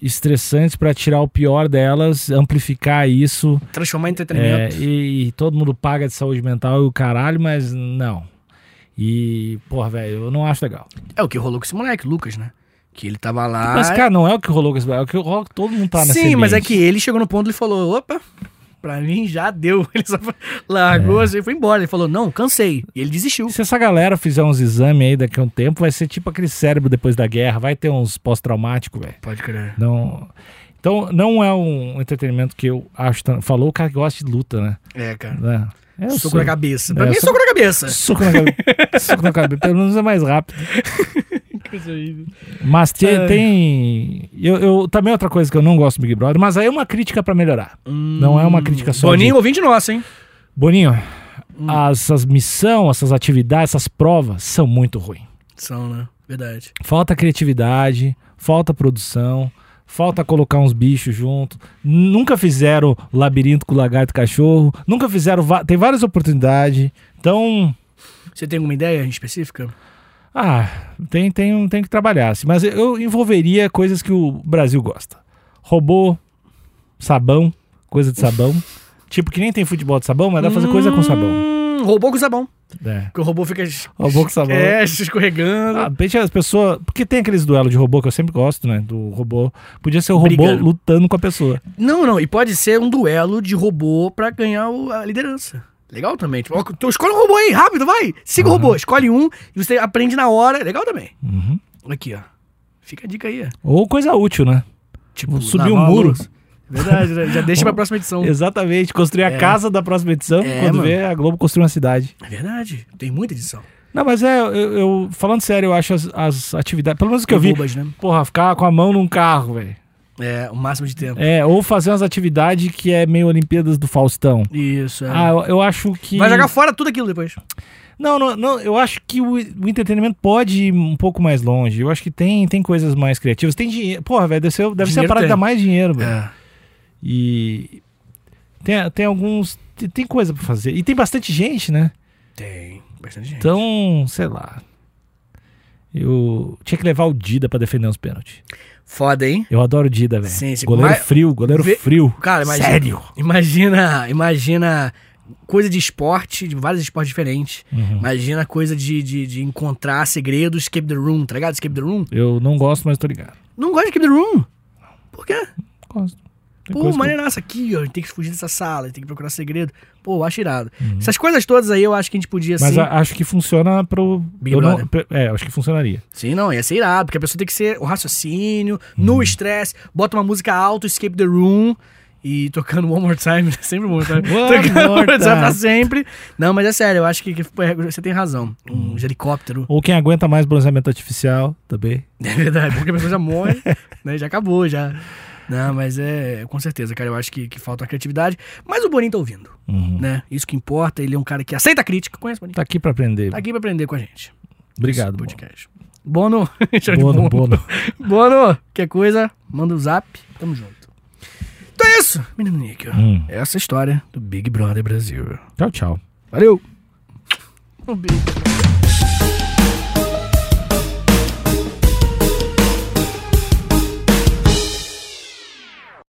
[SPEAKER 2] estressantes pra tirar o pior delas, amplificar isso.
[SPEAKER 3] Transformar em
[SPEAKER 2] eh,
[SPEAKER 3] entretenimento.
[SPEAKER 2] e, e todo mundo paga de saúde mental e o caralho, mas não. E, porra, velho, eu não acho legal.
[SPEAKER 3] É... o que rolou com esse moleque, Lucas, né? Que ele tava lá.
[SPEAKER 2] Mas, cara, não é o que rolou com esse. É o que rolou que todo mundo tá nesse
[SPEAKER 3] Sim, mas é
[SPEAKER 2] ambiente.
[SPEAKER 3] que ele chegou no ponto e ele falou: opa, pra mim já deu. [laughs] Ele só foi- largou
[SPEAKER 2] É.
[SPEAKER 3] assim e foi embora. Ele falou: não, cansei. E ele desistiu.
[SPEAKER 2] Se essa galera fizer uns exames aí daqui a um tempo, vai ser tipo aquele cérebro depois da guerra, vai ter uns pós-traumáticos, velho.
[SPEAKER 3] Pode crer.
[SPEAKER 2] Não... Então, não é um entretenimento que eu acho. tão- Falou o cara que gosta de luta, né?
[SPEAKER 3] É, cara.
[SPEAKER 2] né? É, eu
[SPEAKER 3] soco
[SPEAKER 2] sou-
[SPEAKER 3] na cabeça.
[SPEAKER 2] É,
[SPEAKER 3] Pra mim é
[SPEAKER 2] soco-
[SPEAKER 3] soco na
[SPEAKER 2] [laughs]
[SPEAKER 3] cabeça.
[SPEAKER 2] Soco na cabeça. soco na cabeça. Pelo menos é mais rápido. Mas te-
[SPEAKER 3] Ai.
[SPEAKER 2] tem. Eu, eu- Também outra coisa que eu não gosto do Big Brother, mas aí é uma crítica pra melhorar. Não é uma crítica só. de-
[SPEAKER 3] Hum, Boninho, ouvinte nosso, hein?
[SPEAKER 2] Boninho,
[SPEAKER 3] Hum.
[SPEAKER 2] essas missões, essas atividades, essas provas são muito ruins.
[SPEAKER 3] São, né? Verdade.
[SPEAKER 2] Falta criatividade, falta produção, falta colocar uns bichos junto. Nunca fizeram labirinto com lagarto e cachorro. Nunca fizeram. va- Tem várias oportunidades. Então.
[SPEAKER 3] Você tem alguma ideia específica?
[SPEAKER 2] Ah, tem, tem, um- tem que trabalhar. assim. Mas eu envolveria coisas que o Brasil gosta: robô, sabão, coisa de sabão. tipo, que nem tem futebol de sabão, mas dá pra fazer coisa com sabão.
[SPEAKER 3] Hum, robô com sabão.
[SPEAKER 2] É.
[SPEAKER 3] Porque o robô fica es-
[SPEAKER 2] Robô com sabão.
[SPEAKER 3] é, se escorregando.
[SPEAKER 2] Ah, de repente as pessoas. Porque tem aqueles duelos de robô que eu sempre gosto, né? Do robô. Podia ser o robô
[SPEAKER 3] Brigando.
[SPEAKER 2] lutando com a pessoa.
[SPEAKER 3] Não, não. E pode ser um duelo de robô pra ganhar o- a liderança. Legal também. Tipo, ó, tu escolhe um robô aí,
[SPEAKER 2] Uhum.
[SPEAKER 3] rápido, vai. Siga o robô. Escolhe um e você aprende na hora. Legal também.
[SPEAKER 2] Uhum.
[SPEAKER 3] Aqui, ó. Fica a dica aí. é.
[SPEAKER 2] Ou coisa útil, né? Tipo, subir um
[SPEAKER 3] lavar a
[SPEAKER 2] muro.
[SPEAKER 3] louça. Verdade, né? já
[SPEAKER 2] [laughs]
[SPEAKER 3] deixa pra próxima edição.
[SPEAKER 2] Exatamente, construir a
[SPEAKER 3] É.
[SPEAKER 2] casa da próxima edição,
[SPEAKER 3] É,
[SPEAKER 2] quando
[SPEAKER 3] mano.
[SPEAKER 2] vê a Globo construir uma cidade.
[SPEAKER 3] É verdade, tem muita edição.
[SPEAKER 2] Não, mas é, eu, eu- falando sério, eu acho as, as atividades, pelo menos o que eu vi,
[SPEAKER 3] Bobas, né?
[SPEAKER 2] porra, ficar com a mão num carro, velho.
[SPEAKER 3] É, o máximo de tempo.
[SPEAKER 2] É, ou fazer umas atividades que é meio Olimpíadas do Faustão.
[SPEAKER 3] Isso, é.
[SPEAKER 2] Ah, eu, eu acho que.
[SPEAKER 3] Vai jogar fora tudo aquilo depois.
[SPEAKER 2] Não, não, não, eu acho que o, o entretenimento pode ir um pouco mais longe. Eu acho que tem, tem coisas mais criativas. Tem dinheiro. Porra, velho, deve ser, deve ser a
[SPEAKER 3] Dinheiro
[SPEAKER 2] parada que
[SPEAKER 3] tem.
[SPEAKER 2] dá mais dinheiro, velho.
[SPEAKER 3] É.
[SPEAKER 2] E. Tem, tem alguns. Tem, tem coisa pra fazer. E tem bastante gente, né?
[SPEAKER 3] Tem, bastante gente.
[SPEAKER 2] Então, sei lá. Eu tinha que levar o Dida pra defender os pênaltis.
[SPEAKER 3] Foda, hein?
[SPEAKER 2] Eu adoro o Dida, velho.
[SPEAKER 3] Sim, esse-
[SPEAKER 2] Goleiro
[SPEAKER 3] mas-
[SPEAKER 2] frio, goleiro
[SPEAKER 3] Vê-
[SPEAKER 2] frio.
[SPEAKER 3] Cara, imagina.
[SPEAKER 2] Sério?
[SPEAKER 3] Imagina, imagina coisa de esporte, de vários esportes diferentes. Imagina coisa de, de, de encontrar segredos, Escape the Room, tá ligado? Escape the Room.
[SPEAKER 2] Eu não gosto, mas tô ligado.
[SPEAKER 3] Não gosta de Escape the Room? Por quê?
[SPEAKER 2] Gosto. Tem
[SPEAKER 3] Pô,
[SPEAKER 2] coisa que eu-
[SPEAKER 3] maneiraça aqui, ó. A gente tem que fugir dessa sala, a gente tem que procurar segredo. Pô, eu acho irado. Essas coisas todas aí eu acho que a gente podia
[SPEAKER 2] Uhum. Mas
[SPEAKER 3] sim.
[SPEAKER 2] a- acho que funciona pro.
[SPEAKER 3] é assim. Big
[SPEAKER 2] eu não- pe-
[SPEAKER 3] Brother.
[SPEAKER 2] é, acho que funcionaria.
[SPEAKER 3] Sim, não, ia ser irado, porque a pessoa tem que ser o raciocínio,
[SPEAKER 2] Uhum.
[SPEAKER 3] no estresse, bota uma música alto, escape the room. E tocando One More Time, [laughs] né? sempre [laughs] One More Time.
[SPEAKER 2] One
[SPEAKER 3] tocando
[SPEAKER 2] More Time.
[SPEAKER 3] pra sempre. Não, mas é sério, eu acho que, que você tem razão.
[SPEAKER 2] Uhum.
[SPEAKER 3] Um helicóptero.
[SPEAKER 2] Ou quem aguenta mais bronzeamento artificial também.
[SPEAKER 3] [laughs] É verdade, porque a pessoa já morre, né? Já acabou, já. Não, mas é, com certeza, cara, eu acho que, que falta uma criatividade. Mas o Boninho tá ouvindo,
[SPEAKER 2] Uhum.
[SPEAKER 3] né? Isso que importa, ele é um cara que aceita a crítica. Conhece o Boninho?
[SPEAKER 2] Tá aqui pra aprender.
[SPEAKER 3] Tá aqui pra aprender com a gente.
[SPEAKER 2] Obrigado,
[SPEAKER 3] Esse
[SPEAKER 2] Bono.
[SPEAKER 3] podcast. Bono. [laughs] Show de
[SPEAKER 2] Bono, Bono.
[SPEAKER 3] [laughs] Bono, qualquer coisa, manda o zap, tamo junto. Então é isso, menino Níquel.
[SPEAKER 2] Hum.
[SPEAKER 3] Essa é a história do Big Brother Brasil.
[SPEAKER 2] Tchau, tchau.
[SPEAKER 3] Valeu! Um beijo.